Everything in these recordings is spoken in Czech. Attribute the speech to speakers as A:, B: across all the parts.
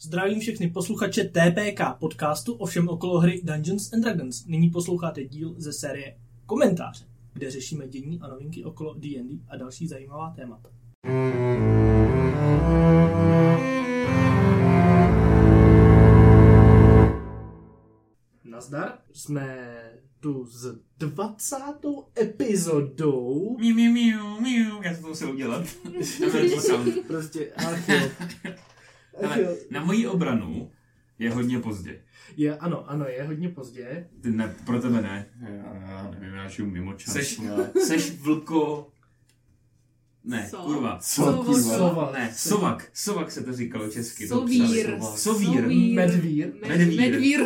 A: Zdravím všechny posluchače TPK podcastu o všem okolo hry Dungeons and Dragons. Nyní posloucháte díl ze série Komentáře, kde řešíme dění a novinky okolo D&D a další zajímavá témata. Nazdar, jsme tu s 20. epizodou.
B: Miu, miu, miu, miu, já to musel udělat. Dobrý sound.
A: Prostě, ach jo. Ach
B: Ale
A: jo.
B: na moji obranu je hodně pozdě.
A: Je, ano, ano, je hodně pozdě.
B: Ty ne, pro tebe ne.
C: Já, já nevím, já žiju mimo čas.
B: Seš,
C: ale-
B: seš vlko... Ne,
D: Co?
B: kurva.
C: Co,
D: Sovo-
C: kurva?
A: Sova.
B: Ne, sovak. Sovak se to říkalo česky. to psali.
D: Sovír.
C: slova.
B: Sovír.
A: Medvír.
D: Med-
B: Medvír.
D: Medvír.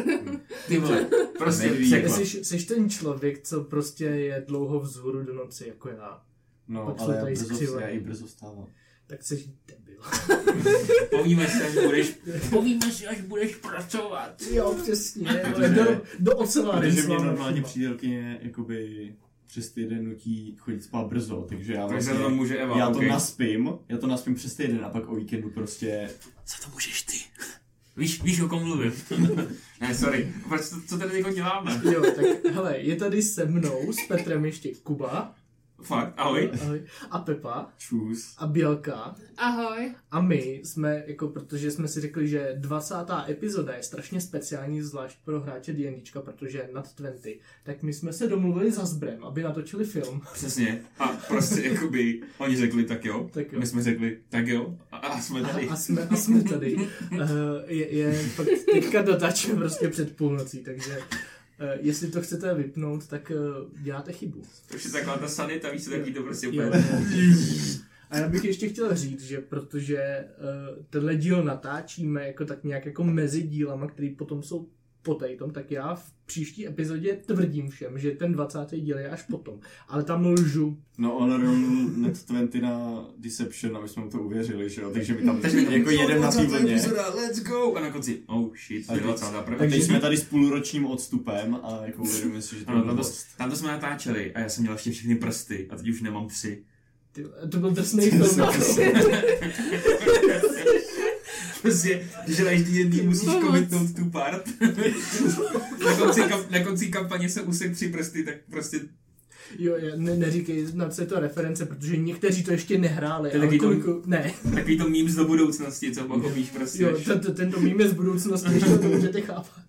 B: Ty vole, prostě
C: Neví.
B: překlad.
A: Jsi, jsi ten člověk, co prostě je dlouho vzhůru do noci, jako já. Pak
C: No,
A: jsou
C: ale já
A: tady
C: brzo,
A: skřivé.
C: já i brzo vstávám.
A: Tak jsi debil.
B: Povíme se, až budeš, povíme si, až budeš pracovat.
A: Jo, přesně.
C: Protože-
A: do, do oceláře.
C: Protože mě normálně přítelkyně jakoby přes týden nutí chodit spát brzo, takže já
B: Tak se
C: vlastně,
B: to může Eva,
C: já to
B: okay.
C: naspím, já to naspím přes týden a pak o víkendu prostě,
B: Za to můžeš ty. Víš, víš, o kom mluvím. ne, sorry. Proč to, co tady jako děláme?
A: Jo, tak hele, je tady se mnou, s Petrem ještě Kuba
B: Fakt, ahoj.
A: ahoj, a Pepa
C: čus.
A: a Bělka
D: Ahoj.
A: a my jsme, jako protože jsme si řekli, že 20. epizoda je strašně speciální, zvlášť pro hráče D&Dčka, protože nad 20, tak my jsme se domluvili za Zbrem, aby natočili film.
B: Přesně. A prostě jakoby oni řekli tak jo.
A: Tak jo.
B: My jsme řekli tak jo. A, a jsme tady.
A: A, a, jsme, a jsme tady. Uh, je, je fakt teďka dotačen prostě před půlnocí, takže uh, jestli to chcete vypnout, tak uh, děláte chybu.
B: To už je taková ta sanita, víš, taky to prostě úplně.
A: Jo. A já bych ještě chtěl říct, že protože uh, tenhle díl natáčíme jako tak nějak jako mezi dílama, který potom jsou po tom, tak já v příští epizodě tvrdím všem, že ten 20. díl je až potom. Ale tam lžu.
C: No on rovnul net 20 na Deception a my jsme mu to uvěřili, že jo, takže my tam
B: Takže my-
C: jako jedem na té
B: 20.
C: vlně.
B: epizoda, Let's go! A na konci, oh shit,
C: A teď-
B: 21.
C: A teď
A: Takže-
C: jsme tady s půlročním odstupem a jako uvědomíme si, že to
B: Ano,
C: je
B: tam No, to,
C: blbost.
B: tam to jsme natáčeli a já jsem měl ještě všechny prsty a teď už nemám tři.
A: Ty, to byl drsný film.
B: Prostě, když hraješ D&D, musíš
D: Pomoc.
B: komitnout tu part. na, konci, kam- na konci kampaně se usek tři prsty, tak prostě
A: jo, já ne, neříkej, na co je to reference, protože někteří to ještě nehráli.
B: To je
A: ale
B: taky to-
A: koliko- Ne.
B: takový to memes do budoucnosti, co pochopíš prostě.
A: Jo, to, to, tento mým je z budoucnosti, ještě to můžete chápat.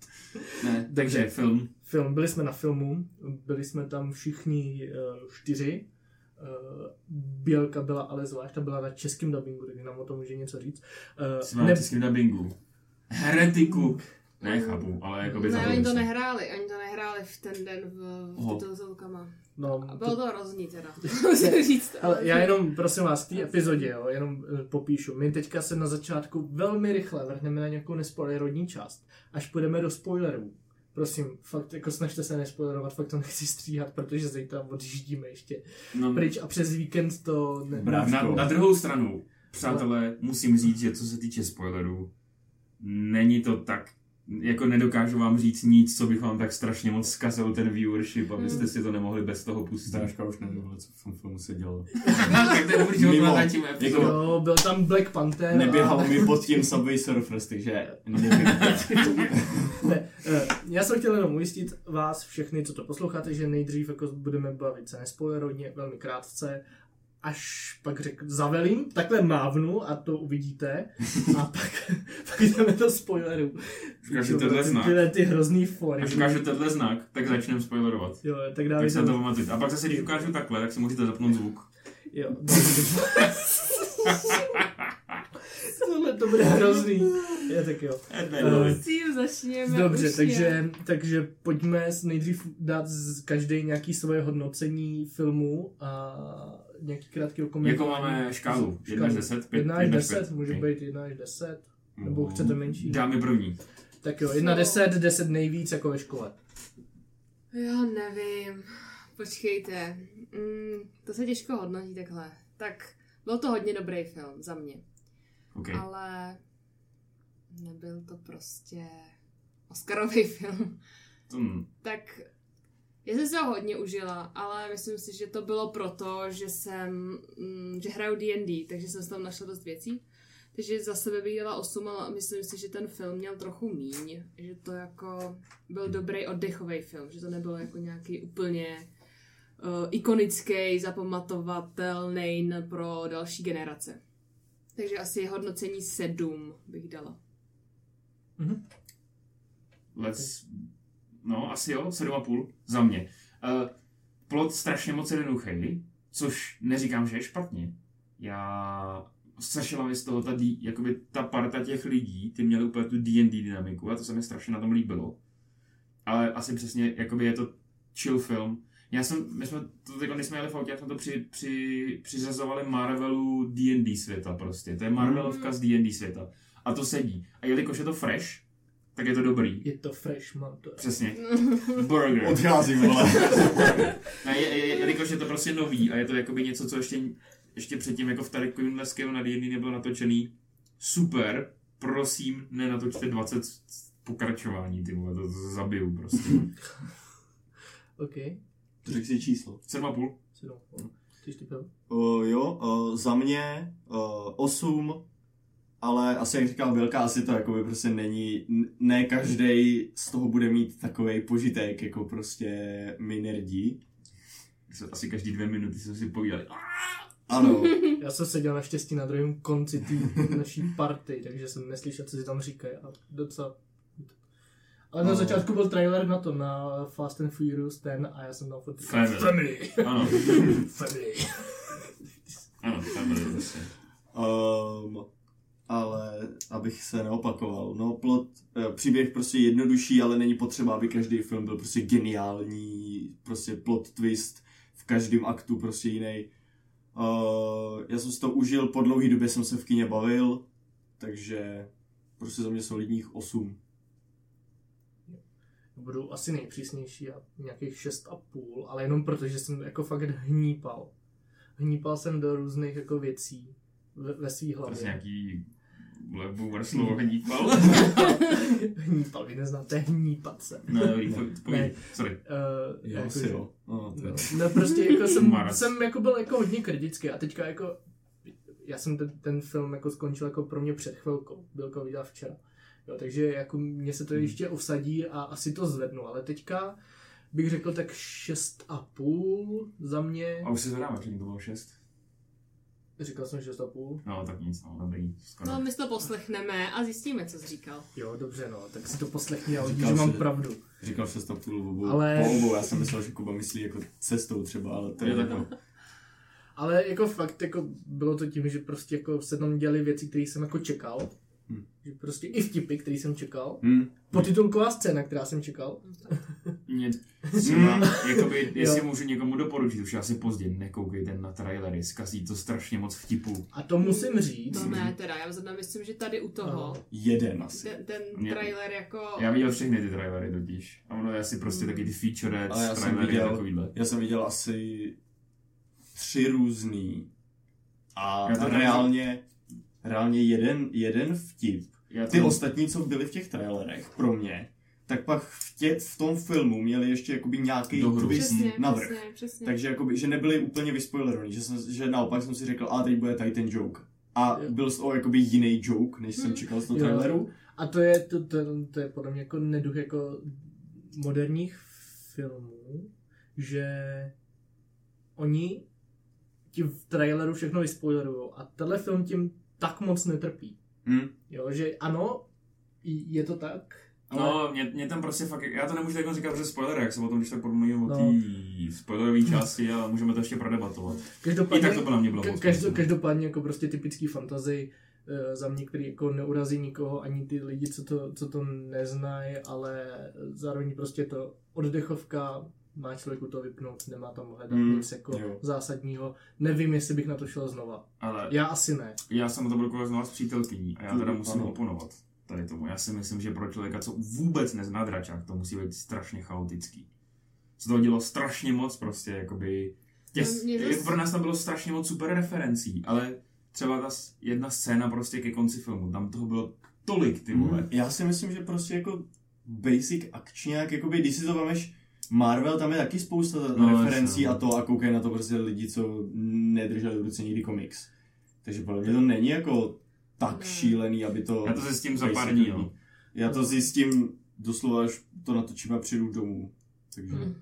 B: Ne, takže film.
A: Film, byli jsme na filmu, byli jsme tam všichni uh, čtyři. Uh, Bělka byla ale zvlášť, ta byla na českém dubbingu, takže nám o tom může něco říct.
B: Jsme
A: Uh,
B: na
A: ne,
B: českém dubbingu. Heretiku. Nechápu, ale jako by
D: Ne,
B: zaujím
D: No, oni to
B: se.
D: nehráli, oni to nehráli v ten den v, v
C: Oho.
D: titulkama.
A: no,
D: A bylo
A: to,
D: to hrozný teda, musím říct.
A: ale já jenom, prosím vás, v té epizodě, jo, jenom eh, popíšu. My teďka se na začátku velmi rychle vrhneme na nějakou nespoilerodní část, až půjdeme do spoilerů. Prosím, fakt, jako snažte se nespoilerovat, fakt to nechci stříhat, protože zítra odjíždíme ještě
B: No,
A: pryč a přes víkend to... Ne,
C: Brá-
B: na, na druhou stranu, přátelé, musím říct, že co se týče spoilerů, není to tak, jako nedokážu vám říct nic, co bych vám tak strašně moc zkazil ten viewership,
D: Hmm.
B: abyste si to nemohli bez toho pustit. No,
C: Strážka už nevěděla, co v tom filmu se dělo.
B: tak to je dobrý, že
C: Mimo.
B: odmlátíme epizodu.
A: Jo, byl tam Black Panther.
C: Neběhal
A: a...
C: mi pod tím Subway Surfers, takže nevím.
A: Ne, eh, já jsem chtěl jenom ujistit vás všechny, co to posloucháte, že nejdřív jako budeme bavit se nespoilerovně, velmi krátce, až pak řekl, zavelím, takhle mávnu a to uvidíte a pak, pak jdeme do spoilerů.
B: Říkáš, že tohle znak.
A: Tyhle ty hrozný fory.
B: Až ukážu tenhle znak, tak začneme spoilerovat.
A: Jo, tak dále.
B: Tak se na to pamatujte. A pak zase, když ukážu takhle, tak si můžete zapnout zvuk.
A: Jo. Tohle to bude hrozný. Je, tak jo.
B: Ne,
A: Eh,
D: S tím začněme
A: Dobře,
D: už
A: takže, takže pojďme s- nejdřív dát z každý nějaký svoje hodnocení filmu a nějaký krátký
B: Jako
A: komentář.
B: máme škálu. 1 až 10, 5,
A: 1 až 10,
B: 5.
A: může být 1 až 10, nebo chcete menší?
B: Dáme první.
A: Tak jo, 1 10, 10 nejvíc jako ve škole.
D: Já nevím, počkejte, mm, to se těžko hodnotí takhle. Tak byl to hodně dobrý film za mě,
B: Okay.
D: ale nebyl to prostě Oscarový film.
B: Hmm.
D: Tak já jsem se ho hodně užila, ale myslím si, že to bylo proto, že jsem, mm, že hraju D&D, takže jsem tam našla dost věcí. Takže za sebe bych dala 8, ale myslím si, že ten film měl trochu míň. Že to jako byl dobrý oddechový film, že to nebylo jako nějaký úplně uh, ikonický, zapamatovatelný n- pro další generace. Takže asi hodnocení 7 bych dala.
B: Let's... No, asi jo, 7,5 za mě. Uh, plot strašně moc jednoduchý, což neříkám, že je špatně. Já sešla mi z toho ta, D- jakoby ta parta těch lidí, ty měli úplně tu D&D dynamiku a to se mi strašně na tom líbilo. Ale asi přesně, jakoby je to chill film. Já jsem, my jsme to teď, když jsme jeli v autě, jak jsme to při, při, přiřazovali Marvelu D&D světa prostě. To je Marvelovka z D&D světa. A to sedí. A jelikož je to fresh, tak je to dobrý.
A: Je to fresh, mám to.
B: Přesně. Burger.
C: Odcházím, vole.
B: Ne, je, je, je, jelikož je to prostě nový a je to jakoby něco, co ještě, ještě předtím jako v takovýmhle scénu na D&D nebylo natočený. Super, prosím, nenatočte 20 pokračování, ty vole, to, to zabiju prostě.
A: OK,
C: Řekl si číslo.
B: 7,5.
A: sedm. Ty jsi ty pil?
C: Uh, jo, uh, za mě uh, 8, ale asi jak říkal Vilka, asi to jakoby prostě není, n- ne každý z toho bude mít takový požitek, jako prostě my nerdí.
B: Se- Asi každý dvě minuty jsme si povídali.
C: Ano,
A: Já jsem seděl naštěstí na druhém konci té naší party, takže jsem neslyšel, co si tam říkají. A docela... Ale na
C: No.
A: začátku byl trailer na to, na Fast and Furious ten a já jsem tam furt říkal,
B: Family.
A: Family.
B: Ano,
A: Family.
B: ano, tam je prostě.
C: Um, ale abych se neopakoval, no plot, eh, příběh prostě jednodušší, ale není potřeba, aby každý film byl prostě geniální, prostě plot twist v každém aktu prostě jiný. Uh, já jsem si to užil, po dlouhé době jsem se v kině bavil, takže prostě za mě solidních 8.
A: Budu asi nejpřísnější a nějakých 6,5, ale jenom proto, že jsem jako fakt hnípal. Hnípal jsem do různých jako věcí ve, ve svý
B: Prostě
A: hlavě.
B: nějaký lebu slovo hnípal.
A: hnípal, vy neznáte hnípat se.
B: No, dobrý, po- povídej. Sorry.
A: Uh,
C: Jo, asi jo. No, to
A: No,
C: je-
A: no prostě jako jsem,
B: Maras.
A: jsem jako byl jako hodně kritický a teďka jako já jsem ten, ten film jako skončil jako pro mě před chvilkou, byl jako viděl včera. Jo, takže jako mě se to ještě osadí a asi to zvednu, ale teďka bych řekl tak 6,5 za mě.
B: A už se zvedáme, že to bylo šest.
A: Říkal jsem 6,5.
B: No, tak nic, no, dobrý, skoro.
D: No, my si to poslechneme a zjistíme, co jsi říkal.
A: Jo, dobře, no, tak si to poslechni a uvidíš,
C: Říkal
A: že mám
C: si-
A: pravdu.
C: Říkal 6,5 obou,
A: Ale-
C: ale... po obou, já jsem myslel, že Kuba myslí jako cestou třeba, ale to je,
B: Je
C: je
B: tak,
C: jako...
B: no.
A: Ale jako fakt jako bylo to tím, že prostě jako se tam děly věci, které jsem jako čekal.
C: Hm.
A: Že prostě i vtipy, které jsem čekal.
C: Hm.
A: Potitulková scéna, která jsem čekal.
B: Mě třeba, jakoby, jestli
A: Jo.
B: můžu někomu doporučit, už je asi pozdě, nekoukejte na trailery, zkazí to strašně moc vtipů.
A: A to musím říct.
C: Mm-hmm.
D: To No ne, teda, já zrovna myslím, že tady u toho,
C: No.
A: Ano.
C: Jeden asi.
D: ten, ten
B: Mě-
D: trailer jako...
B: Já viděl všechny ty trailery totiž. A ono je asi prostě taky ty featurettes,
C: Hmm. Ale já jsem
B: trailery a
C: viděl-
B: takovýhle.
C: Já jsem viděl asi tři různý. A
B: Já to nemám-
C: reálně, reálně jeden, jeden vtip.
B: Já
C: Ty
B: to-
C: ostatní, co byly v těch trailerech pro mě, tak pak v, tě, v tom filmu měli ještě jakoby nějaký
B: Dohru.
C: twist
D: Přesně,
C: navrh.
D: přesně, přesně.
C: Takže jakoby, že nebyli úplně vyspoilerovaný, že, jsem, že naopak jsem si řekl, a teď bude tady ten joke. A
A: Jo.
C: byl z toho jakoby jiný joke, než jsem
D: Hmm.
C: čekal z toho
A: Jo.
C: traileru.
A: A to je, to, to, to je podle mě jako neduch jako moderních filmů, že oni ti v traileru všechno vyspoilerují a tenhle film tím tak moc netrpí.
C: Hmm.
A: Jo, že ano, i- je to tak, ale
B: No, mě, mě, tam prostě fakt, já to nemůžu takhle říkat, protože spoiler, jak se potom, když tak podmluvím o
A: No.
B: té spoilerové části, ale můžeme to ještě prodebatovat. I
A: každopádně,
B: tak to by na mě bylo
A: ka-
B: moc.
A: každo,
B: myslím.
A: každopádně jako prostě typický fantazii eh, za mě, který jako neurazí nikoho, ani ty lidi, co to, co to neznají, ale zároveň prostě je to oddechovka, má člověku to vypnout, nemá tam hledat
B: Hmm,
C: Mm,
A: nic jako
C: jo.
A: zásadního. Nevím, jestli bych na to šel znova.
B: Ale
A: Já asi ne.
B: Já jsem na to blokoval znovu s přítelkyní a já teda
C: Mhm,
B: musím
C: ano.
B: oponovat tady tomu. Já si myslím, že pro člověka, co vůbec nezná dračák, to musí být strašně chaotický. Se toho dělo strašně moc prostě, jakoby... Těs,
D: No, mě zas-
B: Pro nás tam bylo strašně moc super referencí, ale třeba ta s- jedna scéna prostě ke konci filmu, tam toho bylo tolik, ty vole.
C: Já si myslím, že prostě jako basic akčňák, jakoby když si to vemeš, Marvel, tam je taky spousta
B: No,
C: no, referencí
B: jasně, no.
C: a to a koukají na to prostě lidi, co nedrželi v ruce nikdy komiks. Takže podle mě to není jako tak
D: Ne.
C: šílený, aby to...
B: Hmm. Já to zjistím za pár dní, no.
C: Já to zjistím doslova, až to natočím a přijdu domů. Takže...
A: Mhm.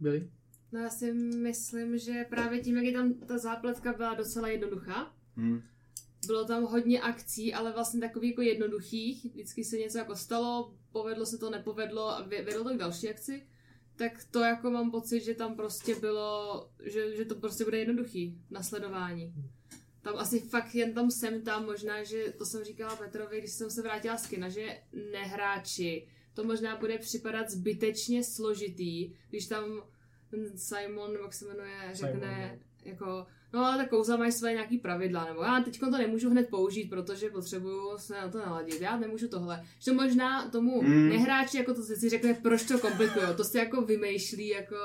A: Byli?
D: No já si myslím, že právě tím, jak je tam ta zápletka byla docela jednoduchá,
C: Hm.
D: bylo tam hodně akcí, ale vlastně takových jako jednoduchých, vždycky se něco jako stalo, povedlo se to, nepovedlo a vě- vedlo to k další akci, tak to jako mám pocit, že tam prostě bylo, že, že to prostě bude jednoduchý nasledování. Tam asi fakt jen tam jsem tam, možná, že to jsem říkala Petrovi, když jsem se vrátila z kina, že nehráči, to možná bude připadat zbytečně složitý, když tam ten Simon, jak se jmenuje, řekne,
A: Simon, no.
D: jako, no ale tak kouzla mají své nějaký pravidla, nebo já teď to nemůžu hned použít, protože potřebuju se na to naladit, já nemůžu tohle. Že to možná tomu
C: Mm.
D: mm. nehráči jako to si řekne, proč to komplikujou, to si jako vymýšlí, jako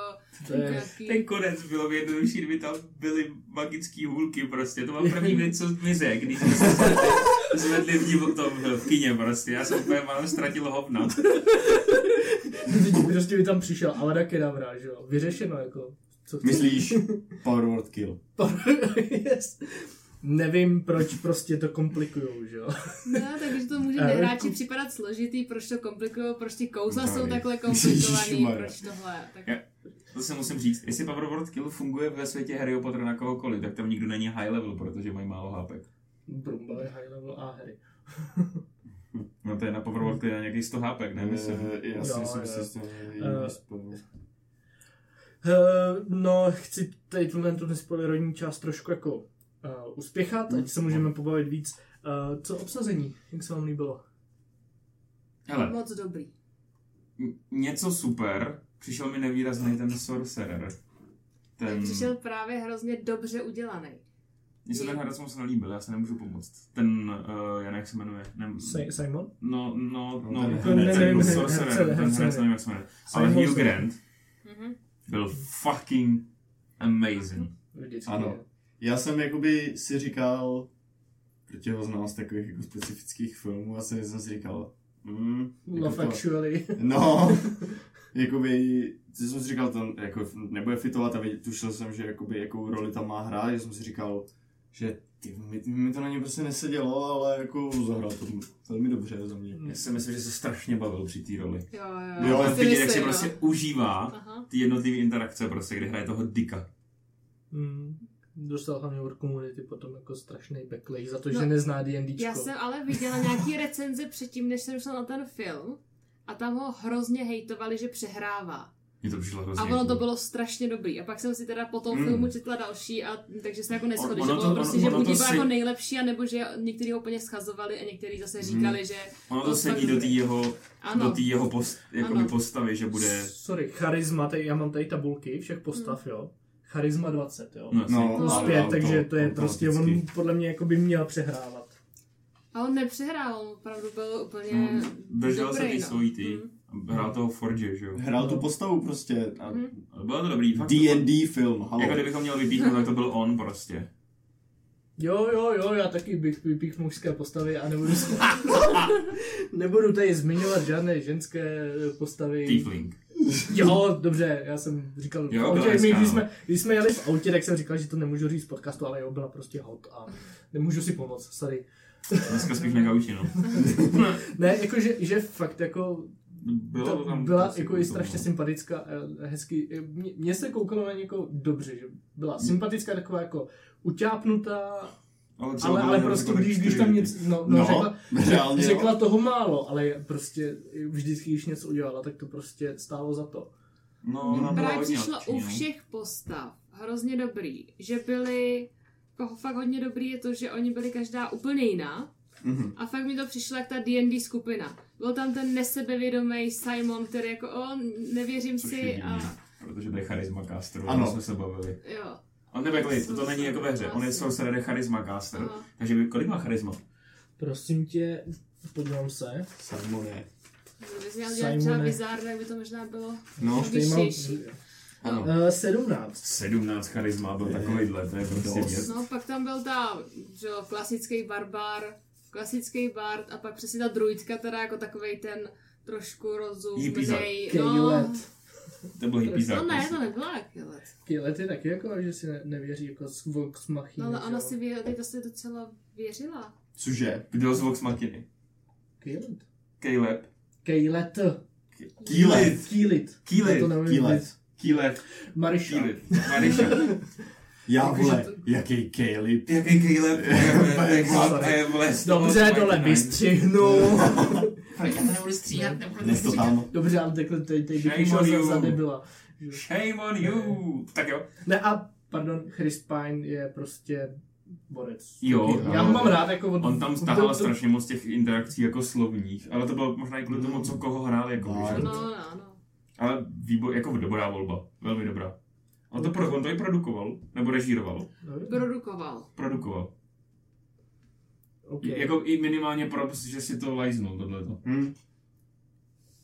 A: To je...
D: nějaký...
B: Ten konec bylo by jednodušší, kdyby tam byly magické hůlky prostě. To mám první věc, co zmize, když jsme se zvedli, zvedli v, divo, tom, v kyně prostě. Já jsem úplně málem ztratil hovna.
A: Prostě by tam přišel Avada Kedavra, že jo? Vyřešeno jako. Co chci-
C: Myslíš Power Word Kill?
A: yes. Nevím, proč prostě to komplikujou, že jo?
D: No, takže to může
A: Ale-
D: nehráči připadat složitý, proč to komplikují, proč ty kouzla
B: No,
D: jsou
B: je-
D: takhle
C: Ježiši
D: komplikovaný,
C: Maria.
D: proč tohle. Tak...
B: Já- To se musím říct. Jestli Power Word Kill funguje ve světě Harry Potter na kohokoliv, tak tam nikdo není high level, protože mají málo hápek.
A: Brumbal je high level a hry.
B: No to je na Power Word Kill na nějakých 100 hápek, ne? Myslím.
C: Eh, Já si
A: Jo,
C: myslím,
A: jo.
C: že si
A: Eh. Eh, no, chci tady tuhle tu nespoilerovní část trošku jako uh, uspěchat,
D: Hmm.
A: ať se můžeme pobavit víc. Uh, co obsazení? Jak se vám líbilo?
B: Hele,
D: Moc dobrý.
B: m- něco super. Přišel mi nevýrazný ten Sorcerer.
D: Ten...
B: Ten...
D: Přišel právě hrozně dobře udělaný.
B: Mně se ten herec moc nelíbil, já se nemůžu pomoct. Ten, uh, já nevím, jak se jmenuje. Nem...
A: Si- Simon?
B: No, no,
C: No,
B: no,
C: ten
B: ten,
C: herec.
B: ten, ten,
A: Ne,
B: byl
A: ne,
B: sorcerer,
A: herce,
B: ten
A: herce,
B: herec,
A: ne.
B: nevím, jak se jmenuje. Ale Hugh
A: Wilson.
B: Grant
D: Mhm.
B: byl fucking amazing.
A: Vždycky.
C: Ano. Já jsem jakoby si říkal, protože ho znám z takových jako specifických filmů a jsem jsem si říkal, mm, jako
A: Love
C: to-
A: Actually.
C: No, jakoby, ty jsem si říkal, ten jako, nebude fitovat a vědět, tušil jsem, že jakoby, jakou roli tam má hrát, že jsem si říkal, že ty, mi, mi to na ně prostě nesedělo, ale jako zahrál to velmi dobře za mě.
A: Hmm.
B: Já si myslím, že se strašně bavil při té roli.
D: Jo,
C: Jo,
D: to
B: Ale
D: si
B: vidět, jak si
D: myslím,
B: prostě
D: no.
B: užívá
D: Aha.
B: ty jednotlivé interakce, prostě, kdy hraje toho dika.
A: Mm. Dostal hlavně od komunity potom jako strašný backlash za to,
D: No,
A: že nezná D&Dčko.
D: Já jsem ale viděla nějaký recenze předtím, než jsem šla na ten film a tam ho hrozně hejtovali, že přehrává.
B: Mně to přišlo hrozně.
D: A ono to
B: cool.
D: bylo strašně dobrý. A pak jsem si teda po tom
C: Mm.
D: filmu četla další, a, takže se jako neschodli,
B: Ono
D: že
B: to-
D: bylo prostě,
B: ono-
D: že
B: ono
D: buď
B: to
D: byl
B: si-
D: jako nejlepší, anebo že některý ho úplně schazovali a některý zase říkali, že
B: Ono to
D: bylo
B: sedí
D: fakt
B: do té
D: dobrý.
B: jeho, Hmm. do
D: ano.
B: té jeho post, jakoby
D: Ano.
B: postavy, že bude...
A: Sorry, charisma, tady, já mám tady tabulky všech postav,
D: Hmm.
A: jo. Charisma 20, jo.
B: No, no.
A: Plus
D: ale
A: pět, Jako takže to je
C: automaticky.
A: prostě, on podle mě jako by měl přehrávat.
D: A on nepřehrál, on opravdu byl úplně
B: No, držel se
D: dobrý,
B: ty
D: no.
B: svojí ty.
D: Mm.
B: Hrál toho Forge, že jo.
C: Hrál tu postavu prostě. A
D: Mhm.
B: Ale Bylo to dobrý. fakt to bylo-
C: D&D film, halo.
B: Jako kdybychom měl vypíchnout, tak to byl on prostě.
A: Jo, jo, jo, já taky bych vypíchnu mužské postavy a nebudu se... nebudu tady zmiňovat žádné ženské postavy.
B: Tiefling.
A: Jo, dobře, já jsem říkal,
B: Jo,
A: v autě, my,
B: byla hezká,
A: když,
B: no.
A: jsme, když jsme jeli v autě, tak jsem říkal, že to nemůžu říct v podcastu, ale jo, byla prostě hot a nemůžu si pomoct, sorry.
B: Dneska spíš na gauči, no.
A: Ne, jakože že fakt jako
B: Bylo
A: To
B: tam
A: byla
B: asi
A: jako je
B: to,
A: strašně
B: no.
A: sympatická, eh, hezky, eh, mně- mně se koukalo na někoho dobře, že byla sympatická, taková jako utápnutá,
B: Ale, třeba
A: ale,
B: bylo
A: ale
B: jenom
A: prostě
B: jako tak
A: když, když
B: čtyři
A: tam
B: roky.
A: nic, no, no,
C: No,
A: řekla,
C: reálně jo.
A: řekla toho málo, ale prostě vždycky, když něco udělala, tak to prostě stálo za to.
B: No,
D: Mně
B: ona byla
D: právě
B: hodně
D: přišlo
B: akční,
D: u
B: no.
D: všech postav hrozně dobrý, že byli jako fakt hodně dobrý je to, že oni byli každá úplně jiná.
C: Mhm.
D: A fakt mi to přišlo jak ta D&D skupina. Byl tam ten nesebevědomý Simon, který jako, o, nevěřím
B: Což je
D: si
B: divný,
D: a
B: protože to je charisma caster, o
C: Ano.
B: tom jsme se bavili.
D: jo.
B: On nebe klid, to, to není jako ve hře, on je
D: Vlastně.
B: sorcerer je charisma caster,
D: Aha.
B: takže by, kolik má charisma?
A: Prosím tě, podívám se.
C: Simone.
D: Kdyby si měl dělat
A: Simone.
D: třeba bizár, tak by to možná bylo
C: No,
A: Tady mám,
D: vyšší.
C: ano.
A: uh, 17.
B: 17 charisma byl takovýhle, to je prostě
C: Dost.
B: věc.
D: No, pak tam byl ta, že jo, klasický barbar, klasický bard a pak přesně ta druidka, teda jako takovej ten trošku
B: Hippizák.
D: rozumnej.
A: Kejlet.
D: No,
B: To byl hippizák.
D: no ne,
B: prostě.
D: to nebyla jakýlet.
A: Kejlet je taky jako, že si ne, nevěří jako s vox machine,
D: No, ale
A: že
D: ona
A: jo.
D: si vě, teď to si docela věřila.
C: Cože?
B: Kdo z Vox Machiny?
A: Kýlit.
B: Caleb.
A: Kejlet.
C: Kýlet.
A: Kýlit.
B: Kýlit.
A: Já to nevím.
C: Kýlet.
B: Kýlet.
A: Mariša.
B: Kýlit. Mariša.
C: Já
A: Jakože
C: vole,
A: to-
C: jaký Kejli.
B: Jaký Caleb?
A: Dobře, dole vystřihnu.
B: Já to nebudu stříhat,
C: Dnes to tam.
A: Dobře, ale takhle tady tady
B: Shame
A: bych šel
B: on
A: za-
B: you.
A: za debila.
B: Shame on you. Tak jo.
A: Ne a, pardon, Chris Pine je prostě borec.
B: Jo, no.
A: Já ho
B: ale-
A: mám rád jako od...
B: On tam
A: od-
B: stahal
A: od-
B: strašně moc těch interakcí jako slovních, ale to bylo možná i kvůli tomu, co koho hrál, jako
C: No.
B: víš.
D: No, no, no.
B: Ale výbor, jako dobrá volba, velmi dobrá. On to, pro, on to i produkoval, nebo režíroval,
A: No,
D: Produkoval.
B: produkoval.
A: OK,
B: I- Jako i minimálně pro, že si to lajznul tohleto.
C: Hm.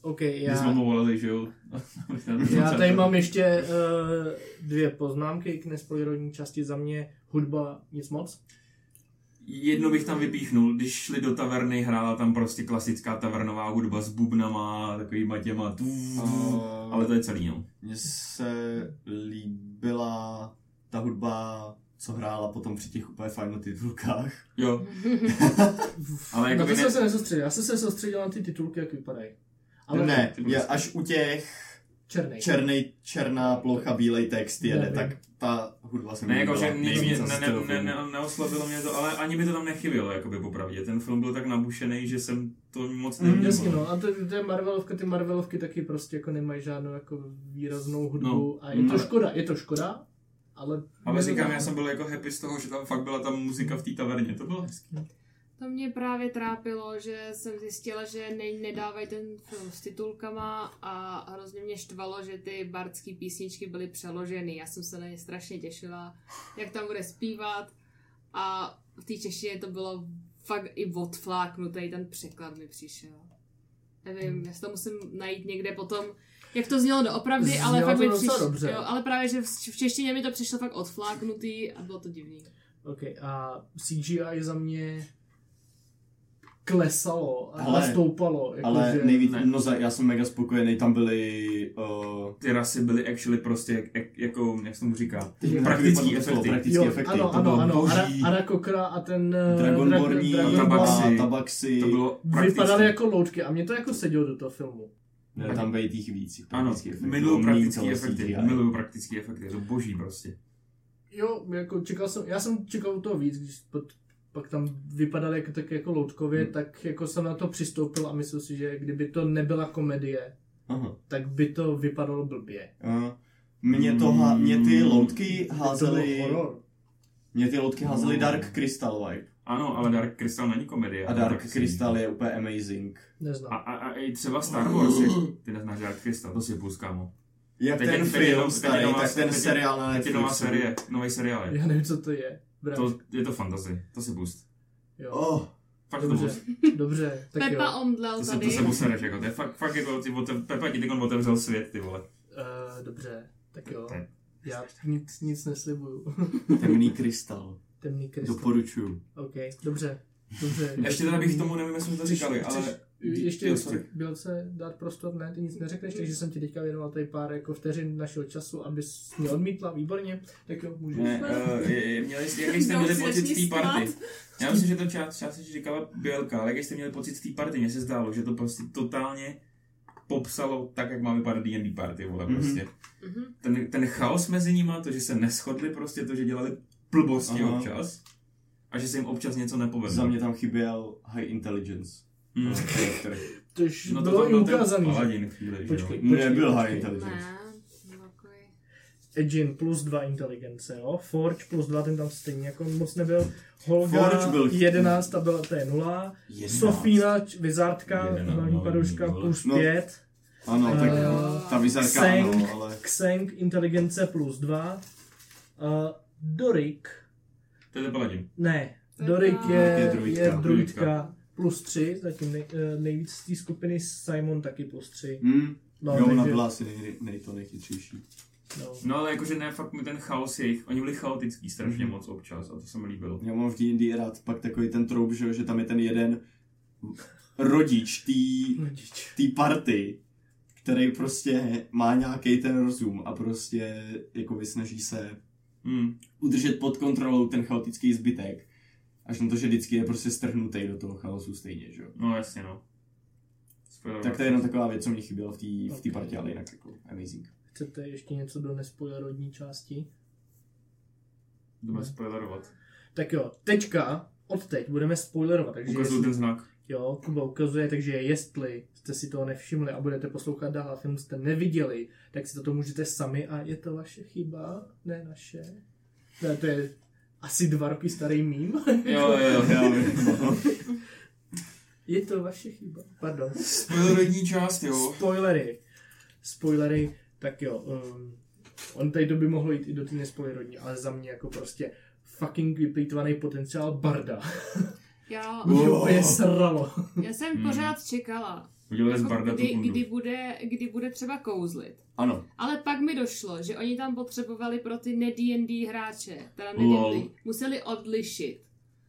A: OK,
B: Když jsme
A: já...
B: mu volali, že jo.
A: Já tady mám ještě uh, dvě poznámky k nespoilerovní části. Za mě hudba nic moc.
B: Jedno bych tam vypíchnul, když šli do taverny, hrála tam prostě klasická tavernová hudba s bubnama, takovýma těma tu,
A: Hm.
B: ale to je celý, no.
C: Mně se líbila ta hudba, co hrála potom při těch úplně fajn titulkách.
B: Jo, ale
A: Ale
B: jako
A: na No, to
B: by
A: jsem
B: ne...
A: se nesoustředil. Já jsem se soustředil na ty titulky, jak vypadají. Ale ne.
C: ne, je až u těch
A: černý.
C: černý, černá plocha, bílej text jede,
A: Nevím.
C: tak ta hudba se mi
B: Ne, jako, že
C: líbila
B: mě,
C: nejvíc
B: mě,
C: asi
B: ne,
C: z toho
B: ne, ne,
C: filmu.
B: ne, neoslovilo mě to, ale ani by to tam nechybělo, jakoby popravdě. Ten film byl tak nabušený, že jsem to moc
C: Mm,
B: neměl.
A: Jasně, no. A to, to je Marvelovka, ty Marvelovky taky prostě jako nemají žádnou jako výraznou hudbu. No. A je
C: Mm,
A: to
C: ale-
A: škoda, je to škoda, ale...
B: Ale říkám, já jsem byl jako happy z toho, že tam fakt byla ta muzika v té taverně, to bylo hezký.
D: To mě právě trápilo, že jsem zjistila, že ne, nedávají ten film s titulkama a hrozně mě štvalo, že ty bardské písničky byly přeloženy. Já jsem se na ně strašně těšila, jak tam bude zpívat a v té češtině to bylo fakt i odfláknutý, ten překlad mi přišel.
A: Hmm.
D: Nevím, já si to musím najít někde potom, jak to znělo doopravdy,
A: Znělo
D: ale fakt
A: to
D: mi
A: docela
D: přišlo,
A: dobře.
D: jo, ale právě, že v, v češtině mi to přišlo fakt odfláknutý a bylo to divný.
A: OK, a CGI za mě klesalo, ale,
C: Ale-
A: stoupalo. Jako
C: Ale
A: že...
C: nejvíc,
B: ne.
C: no za, já jsem mega spokojený, tam byly, uh,
B: Ty rasy byly actually prostě, jak, jak, jako, jak se tomu říká,
A: Teď mi
B: praktický
C: to slovo,
B: efekty.
C: praktický
A: jo,
C: efekty,
A: ano,
C: to
A: ano,
C: bylo
A: ano. Ara,
C: boží.
A: Ara Kokra a ten... eh,
C: Dragonborní,
A: Dra- Dra-
B: tabaxi.
A: Dragonborn
C: tabaxi, tabaxi,
B: To bylo
A: Vypadaly
B: praktický.
A: jako loutky a mě to jako sedělo do toho filmu.
C: ne, tam byly těch víc. těch
B: Ano,
C: praktických efektů,
B: miluju
C: míň
B: praktický
C: celé
B: efekty,
C: CGI.
B: miluju praktický efekty, je to boží prostě.
A: Jo, jako čekal jsem, já jsem čekal to víc, když pod, pak tam vypadaly jako, tak jako loutkově,
B: Hmm.
A: tak jako jsem na to přistoupil a myslím si, že kdyby to nebyla komedie,
C: Aha.
A: tak by to vypadalo blbě.
C: Uh, Mě, to há, mě ty loutky
A: To byl
C: házely,
A: horor.
C: mě ty loutky házely
B: No.
C: Dark Crystal vibe.
B: Ano, ale Dark Crystal není komedie.
C: A
B: ale
C: Dark
B: tak si-
C: Crystal je úplně amazing.
A: Neznám.
B: A, a, a i třeba Star Wars, je, ty neznáš Dark Crystal, to si je půl, kámo.
C: Jak
B: Teď je-
C: ten
B: teď je
C: film
B: nová- teď
C: starý,
B: je nová-
C: tak ten
B: teď je-
C: seriál na
B: Teď je nová
C: Netflixu.
B: série, nový seriál. je.
A: Já nevím, co to je. Brak.
B: To, je to fantasy, to si pust.
A: Jo.
C: Oh,
B: Fakt je to
A: Dobře,
B: pust.
A: dobře, tak
D: Pepa
A: jo.
D: omdlel
B: To se,
D: tady.
B: to se posereš, jako, to je fakt, fakt jako, ty, otev, Pepa ti teďkon otevřel svět, ty vole.
A: Uh, dobře, tak jo.
B: Tak.
A: Já nic, nic neslibuju.
C: temný krystal.
A: Temný krystal.
C: Doporučuju.
A: OK, dobře, dobře.
B: Ještě teda bych tomu, nevím, jestli jsme to říkali, ale...
A: ještě
B: Jo,
A: jo,
B: sorry.
A: byl se dát prostor, ne, ty nic neřekneš, takže jsem ti teďka věnoval tady pár jako vteřin našeho času, abys mě odmítla, výborně, tak jo, můžeš.
B: Ne, eh, je- měli, jste- jaký jste
D: Jdou
B: měli
D: si
B: pocit
D: začni
B: z té party?
D: stát.
B: Já myslím, že to část, část ještě říkala Bělka, ale jaký jste měli pocit z té party? Mně se zdálo, že to prostě totálně popsalo tak, jak má vypadat D&D party, vole,
C: Mhm.
B: prostě.
D: Mhm.
B: Ten, ten chaos mezi nima, to, že se neschodli prostě, to, že dělali blbosti
C: Aha.
B: občas a že se jim občas něco nepovedlo.
C: Za mě tam chyběl high intelligence.
B: Mm.
C: Charakter.
A: Tož
B: No to
A: bylo
B: tam
A: i
B: byl ten
A: ukázaný, že
B: paladin chvíli, že jo.
A: Počkej.
C: Nebyl high
A: počkej.
C: intelligence.
D: Ne, takový.
A: Edgin plus 2 inteligence, jo. Forge plus 2, ten tam stejně jako moc nebyl. Holga
C: Forge byl-
A: 11, a byla to je 0.
C: Jedenáct.
A: Sofína, č- vizardka,
B: Jedenáct,
A: hlavní
B: no,
A: paduška
B: vole.
A: plus
C: No.
A: 5.
C: Ano, tak
A: Eh,
C: ta vizarka
A: Xeng.
C: ano, ale...
A: Xeng, inteligence plus 2. Uh, Dorik,
B: To je ten paladin.
A: ne,
D: To je
A: Dorik
D: ta-
A: je,
C: Je
A: je,
C: druidka.
A: je druidka
B: Druidka.
A: plus 3, zatím nej, eh, nejvíc z té skupiny Simon taky plus 3.
C: Hmm.
A: No,
C: jo, ona
A: takže-
C: byla asi nej, nej to nejchytřejší.
A: no.
B: No ale jakože ne, fakt mi ten chaos jejich, oni byli chaotický
C: Hmm.
B: strašně moc občas a to se mi líbilo.
C: Já mám v D&D rád pak takový ten troub, že, jo, že tam je ten jeden rodič tý,
A: Rodič.
C: tý party, který prostě má nějaký ten rozum a prostě jako snaží se
B: Mm.
C: udržet pod kontrolou ten chaotický zbytek. Až na to, že vždycky je prostě strhnutý do toho chaosu stejně, že jo.
B: No jasně, no. Spoiler
C: Tak to je jenom taková věc, co mě chyběla v té v
A: Okay.
C: té partě, ale jinak jako amazing.
A: Chcete ještě něco do nespoilerodní části?
B: Budeme spoilerovat.
A: Tak jo, tečka, od teď budeme spoilerovat, takže
B: Ukazuju
A: jestli,
B: ten znak.
A: jo, Kuba ukazuje, takže jestli jste si toho nevšimli a budete poslouchat dál a film jste neviděli, tak si to můžete sami a je to vaše chyba, ne naše. To, to je asi dva roky starý mím.
B: Jo, jo, jo.
C: Já vím, no.
A: je to vaše chyba, pardon.
B: Spoilerodní část, jo.
A: Spoilery. Spoilery, tak jo. Um, on tady to by mohlo jít i do té nespoilerodní, ale za mě jako prostě fucking vyplýtvaný potenciál barda.
D: Já,
C: Wow.
A: Jo, je sralo.
D: já jsem
B: Hmm.
D: pořád čekala,
B: Udělali z
D: jako
B: barda tu
D: kdy,
B: kundu.
D: kdy, bude, kdy bude třeba kouzlit.
C: Ano,
D: Ale pak mi došlo, že oni tam potřebovali pro ty ne-D&D hráče, teda ne
B: Lol.
D: D&D, museli odlišit.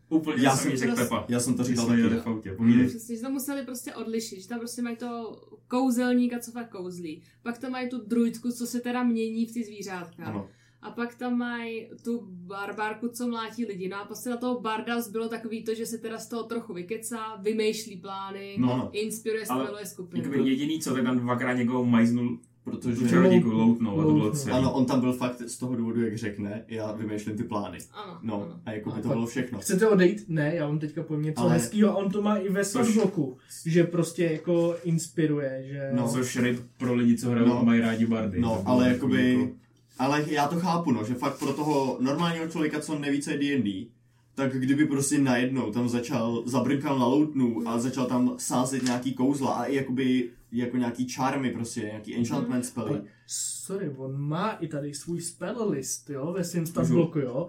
B: Úplně
C: Já
B: jsem jí
C: jsem-
B: řekl
D: prostě-
B: Pepa.
C: já jsem to říkal
B: Jsme
C: taky.
B: jeli v autě, povídej.
D: Přesně, že to museli prostě odlišit, že tam prostě mají to kouzelníka, co fakt kouzlí. Pak tam mají tu druidku, co se teda mění v ty zvířátka.
C: Ano.
D: A pak tam mají tu barbárku, co mlátí lidi. No a prostě na toho barda zbylo takový to, že se teda z toho trochu vykecá, vymýšlí plány,
B: No,
C: ano.
D: inspiruje,
B: Ale jako
D: spojuje
A: Hmm.
D: skupinu.
B: Jakoby jediný co, tak tam dvakrát někoho majznul tu
C: Protože...
B: čarodějku loutnou a to bylo
A: Loutnul.
B: celé.
C: Ano, on tam byl fakt z toho důvodu, jak řekne, já vymýšlím ty plány.
D: Ano, ano.
C: No, a jako by to
A: Ano.
C: bylo všechno.
A: Chcete odejít? Ne, já vám teďka povím něco
C: Ale-
A: ale... hezkýho a on to má i ve svém
B: Což-
A: bloku, že prostě jako inspiruje, že...
C: No.
B: Což ryb pro lidi, co hrajou
C: No.
B: a mají rádi bardy. To
C: No,
B: bylo
C: ale
B: takový
C: jakoby...
B: jako-
C: Ale já to chápu, no, že fakt pro toho normálního člověka, co neví, co je D&D, tak kdyby prostě najednou tam začal, zabrnkal na loutnu a začal tam sázet nějaký kouzla a i jakoby jako nějaký čármy prostě, nějaký enchantment spely.
A: Ale- Sorry, on má i tady svůj spell list, jo, ve svém stat
B: Můžu?
A: bloku, jo.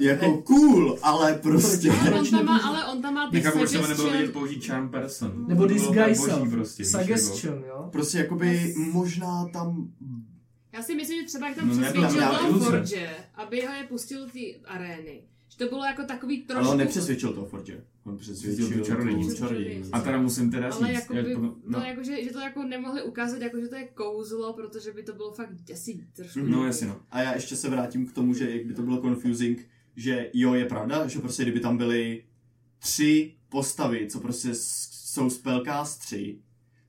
C: Jako cool, ale prostě...
D: Ale on
A: Proč
D: tam má,
A: nemůžu?
D: ale on tam má ty
B: Nechápu, proč jsem nebyl
D: suggestion,
B: vidět použít Charm Person.
A: Nebo
B: To bylo tak
A: disguise
B: boží
A: self,
B: prostě, víš, jako.
A: suggestion, jo.
C: Prostě jakoby možná tam...
D: Já si myslím, že třeba jak tam
B: No, nebyl
D: přesvědčil
C: tam
D: toho
C: iluze.
D: Forge, aby ho je pustil do té arény. Že to bylo jako takový
C: Ale
D: trošku...
C: on nepřesvědčil toho Fortě. On přesvědčil
B: tu čarodějnici.
C: tu čarodějnici.
B: A teda musím teda říct,
D: ale jako
B: jak
D: by,
B: potom-
D: no.
B: no,
D: to jako, že, že, to jako nemohli ukázat, jako, že to je kouzlo, protože by to bylo fakt asi trošku...
B: no jasně no.
C: A já ještě se vrátím k tomu, že jak by to bylo confusing, že jo, je pravda, že prostě kdyby tam byly tři postavy, co prostě s- jsou spellcastři,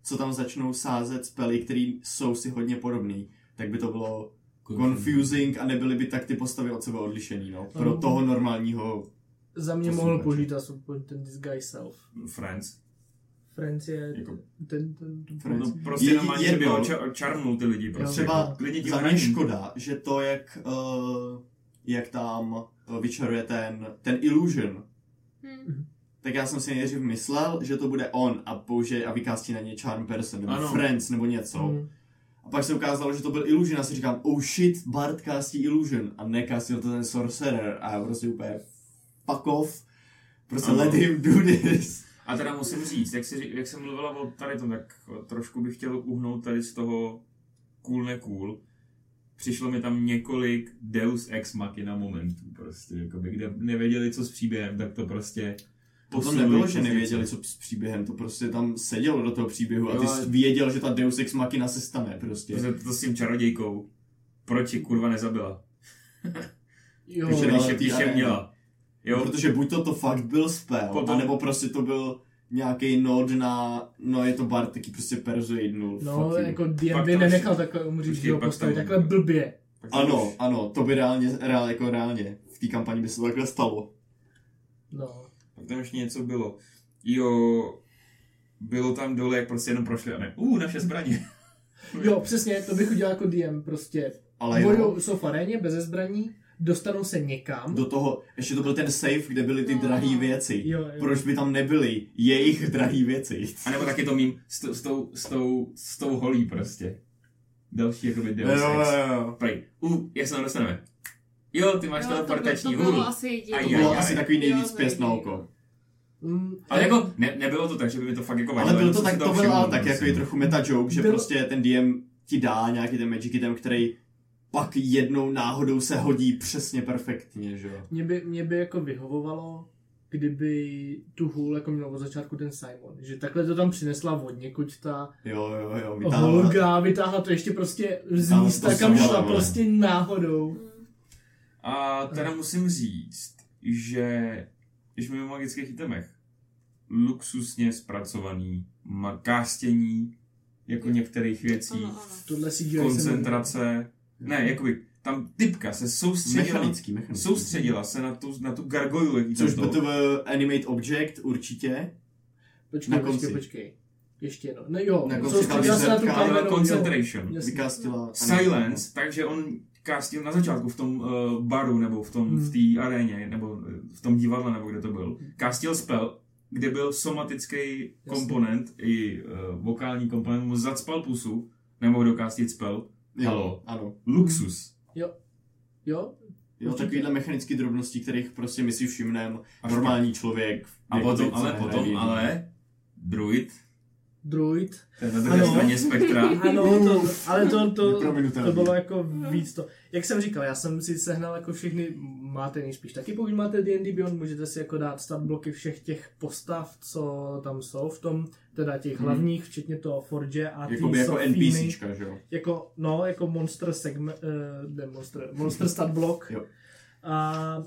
C: co tam začnou sázet spely, které jsou si hodně podobný, tak by to bylo confusing a nebyly by tak ty postavy od sebe odlišený, no. Pro
A: Ano.
C: toho normálního...
A: Za mě
C: To
A: mohl
C: super.
A: použít aspoň ten disguise self.
B: Friends.
A: Friends je
B: Jako,
A: ten, ten, ten
C: Friends.
B: no, prostě
C: Je-
B: normálně, že by
C: jedno.
B: oča- čarnul ty lidi. Prostě.
C: Třeba
B: Klidně ti
C: za mě
B: hraní.
C: škoda, že to, jak, uh, jak tam eh, vyčaruje ten, ten illusion,
D: Hm.
C: tak já jsem si nejdřív myslel, že to bude on a použije a vykástí na ně Charm Person nebo
B: Ano.
C: ano. Friends nebo něco. Hmm.
A: Hmm.
C: A pak se ukázalo, že to byl Illusion a si říkám, oh shit, Bard kástí Illusion a nekástil to ten Sorcerer a já prostě úplně fuck off, prostě
B: Ano.
C: ano. let him do this.
B: A teda musím říct, jak, jsi, ři- jak jsem mluvila o tady tom, tak trošku bych chtěl uhnout tady z toho cool ne cool. Přišlo mi tam několik Deus Ex Machina momentů prostě, jakoby, kde nevěděli, co s příběhem, tak to prostě
C: To
B: posunuli
C: nebylo, že
B: přes
C: nevěděli,
B: něco.
C: co s příběhem, to prostě tam sedělo do toho příběhu
B: Jo,
C: a ty
B: ale-
C: jsi věděl, že ta Deus Ex Machina se stane prostě.
B: Protože to s tím čarodějkou, proč ji kurva nezabila,
A: Jo,
B: když je,
C: ale
B: když je,
C: ty
B: když je
C: arény.
B: měla. Jo,
C: Protože buď to to fakt byl spell,
B: Potom-
C: Potom... anebo prostě to byl nějaký nod na, no je to Bart taky prostě persuadnul.
A: no,
C: fuck you.
A: jako
B: Pak
A: DM
B: tam
A: by nenechal
B: ještě-
A: takhle umřít,
B: počkej,
A: že ho
B: pak tam-
A: postavit takhle blbě.
B: Tak to
C: Ano,
B: už-
C: ano, to by reálně, reál, jako reálně, v té kampani by se to takhle stalo.
A: No.
B: Pak tam ještě něco bylo. Jo, bylo tam dole, jak prostě jenom prošli a ne, uh, naše zbraně.
A: Jo, přesně, to bych udělal jako DM, prostě
C: Ale jo,
A: Bojují, jsou v aréně, bez zbraní, dostanou se někam.
C: do toho, ještě to byl ten safe, kde byly ty
D: No.
C: drahé věci.
A: Jo, jo.
C: Proč by tam nebyly jejich drahé věci?
B: A nebo taky to mím s, tou- s, tou, s, tou, s tou holí prostě. Další jakoby Deus Ex.
C: jo.
B: Prej, uh, jak se tam dostaneme? Jo, ty máš
D: Jo,
B: teleportační
D: No, to, by- to
B: hůl.
D: bylo asi jediné.
B: Aj,
C: To
B: aj,
C: bylo
B: aj.
C: asi takový nejvíc
D: Jo,
C: pěst na
D: zajímavý.
C: oko.
A: Mm,
B: Ale jako, ne, nebylo to tak, že by mi to fakt jako vadilo.
C: Ale bylo
B: jenom
C: to
B: jsem si
C: tak, to byl
B: všiml,
C: ale tak
B: prostě.
C: jako i trochu meta joke, že
A: Bylo-
C: prostě ten DM ti dá nějaký ten magic item, který pak jednou náhodou se hodí přesně perfektně, že jo.
A: mě, by, mě by jako vyhovovalo, kdyby tu hůl jako měl od začátku ten Simon. Že takhle to tam přinesla od někud ta
C: Jo, jo, jo, vytáhla.
A: holka, vytáhla to ještě prostě z
C: Vytáhla
A: místa,
C: to
A: kam
C: sama,
A: šla
C: vole.
A: prostě náhodou.
D: Hm.
B: A teda musím říct, že když mluvím o magických itemech, luxusně zpracovaný, ma- kástění, jako některých věcí,
D: Ano, ano.
A: Tohle si dělají
B: koncentrace, ne, jakoby tam typka se soustředila,
C: Mechanický, mechanický.
B: soustředila se na tu, na tu gargoyle, jak jí tam
C: Což by
B: to-
C: to byl animate object, určitě.
A: Počkej,
C: Na
A: počkej,
C: konci.
A: počkej. Ještě jedno. Ne jo,
C: Na konci
A: soustředila se na tu
C: tam
B: Ale
A: kamenou, jo.
B: concentration.
A: Jasně.
C: Vykastila...
B: Silence, takže on kástil na začátku v tom uh, baru nebo v tom
A: Hmm.
B: v té aréně nebo eh, v tom divadle nebo kde to byl. Kástil spell, kde byl somatický komponent i uh, vokální komponent, mu zacpal pusu, nemohl dokástit spell.
C: Jo,
B: Halo.
C: Ano.
B: Luxus.
A: Jo,
C: Jo,
A: Určitě.
C: takovýhle mechanické drobnosti, kterých prostě my si všimneme,
B: Až
C: normální člověk.
B: A
C: jako
B: potom,
C: teď
B: ale
C: se
B: potom,
C: neví.
B: ale druid,
A: druid.
B: ten na druhé
A: Ano.
B: straně spektra.
A: Ano, to, ale to, to,
C: Neprominutelný.
A: to bylo jako víc to. Jak jsem říkal, já jsem si sehnal jako všechny, máte nejspíš taky, pokud máte D&D Beyond, můžete si jako dát stat bloky všech těch postav, co tam jsou v tom, teda těch
C: Mhm.
A: hlavních, včetně toho Forge a
C: Jakoby jako
A: Sofíny.
C: NPCčka, že jo?
A: jako, no, jako monster segment, uh, ne monster, monster stat block.
C: Jo.
A: A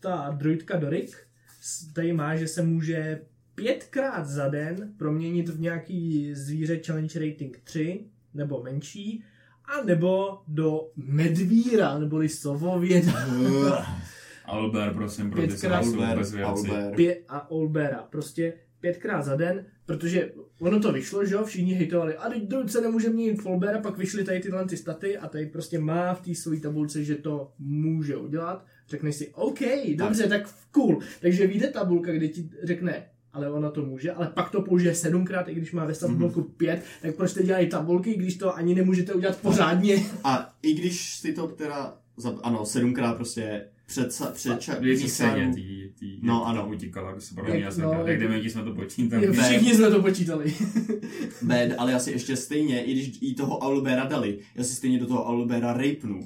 A: ta druidka Dorik s- tady má, že se může pětkrát za den proměnit v nějaký zvíře challenge rating 3 nebo menší, a nebo do medvíra, neboli sovověda
B: Albert, prosím, pro ty se
A: Pětkrát.
B: nejsou
C: Albert,
B: vůbec věci.
C: Albert.
A: pě- a olbera. Prostě pětkrát za den, protože ono to vyšlo, že jo, všichni hejtovali, a teď druid se nemůže měnit v olbera, pak vyšly tady tyhle ty staty a tady prostě má v té své tabulce, že to může udělat. Řekneš si, OK, dobře, tak cool. Takže vyjde tabulka, kde ti řekne, ale ona to může, ale pak to použije sedmkrát, i když má ve stat
C: Mhm.
A: bloku pět, tak proč jste dělají tabulky, když to ani nemůžete udělat pořádně?
C: A i když si to teda, za, ano, sedmkrát prostě předsa, předča,
B: V jedné
C: předsáhnu-
B: scéně, tý, tý,
C: No,
B: jak
C: ano.
B: tam utíkala, jak se proměnila
A: Jak-
B: spektra.
A: no,
B: Tak
A: jak-
B: jdeme, jsme to počítali.
A: Všichni jsme to počítali.
C: Bad, ale já si ještě stejně, i když jí toho Owlbeara dali, já si stejně do toho Owlbeara rapenu.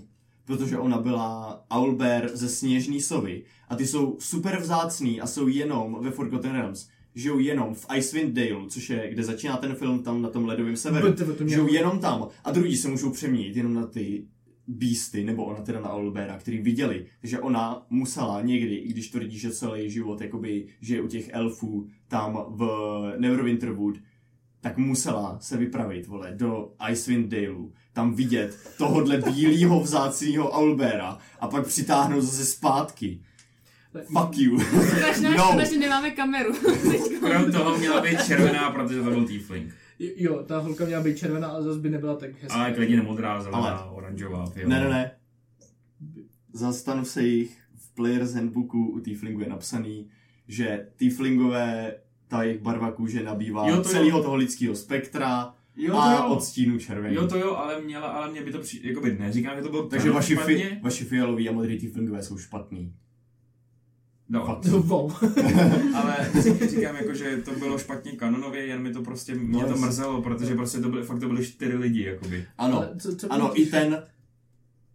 C: Protože ona byla Owlbear ze Sněžný sovy. A ty jsou super vzácný a jsou jenom ve Forgotten Realms. Žijou jenom v Icewind Dale, což je, kde začíná ten film, tam na tom ledovém severu.
A: To- to- to mě-
C: Žijou jenom tam. A druhý se můžou přeměnit jenom na ty bísty, nebo ona teda na Owlbeara, který viděli. Takže ona musela někdy, i když tvrdí, že celý život jakoby, že je u těch elfů tam v Neverwinterwood, tak musela se vypravit, vole, do Icewind Daleu, tam vidět tohodle bílýho vzácného Owlbeara a pak přitáhnout zase zpátky. Fuck you.
D: Strašná
C: No.
D: škoda, že nemáme kameru. Teďko.
B: Krom toho měla být červená, protože to byl tiefling.
A: Jo, ta holka měla být červená, ale zase by nebyla tak hezká.
B: Ale klidně modrá, zelená,
C: Ale-
B: oranžová, ty jo.
C: Ne, ne, ne. Zastanov se jich, v Player's Handbooku u Tieflingu je napsaný, že Tieflingové, ta jejich barva kůže nabývá
B: Jo,
C: jo,
B: to
C: to
B: jo.
C: celého toho lidského spektra
B: Jo,
C: jo,
B: to
C: a
B: jo.
C: od stínu červený.
B: Jo, to jo, ale měla, ale mě by to přijde, jakoby neříkám, že to bylo
C: Takže
B: tak
C: vaši,
B: špatně.
C: fi, vaši fialoví a modrý Tieflingové jsou špatný.
B: No,
A: Wow.
B: ale říkám jako, že to bylo špatně kanonově, jen mi to prostě, mě to
C: Yes.
B: mrzelo, protože prostě to byly, fakt to byly čtyři lidi, jakoby.
C: Ano,
A: Ale co, co
C: no. ano,
A: bylo-
C: i ten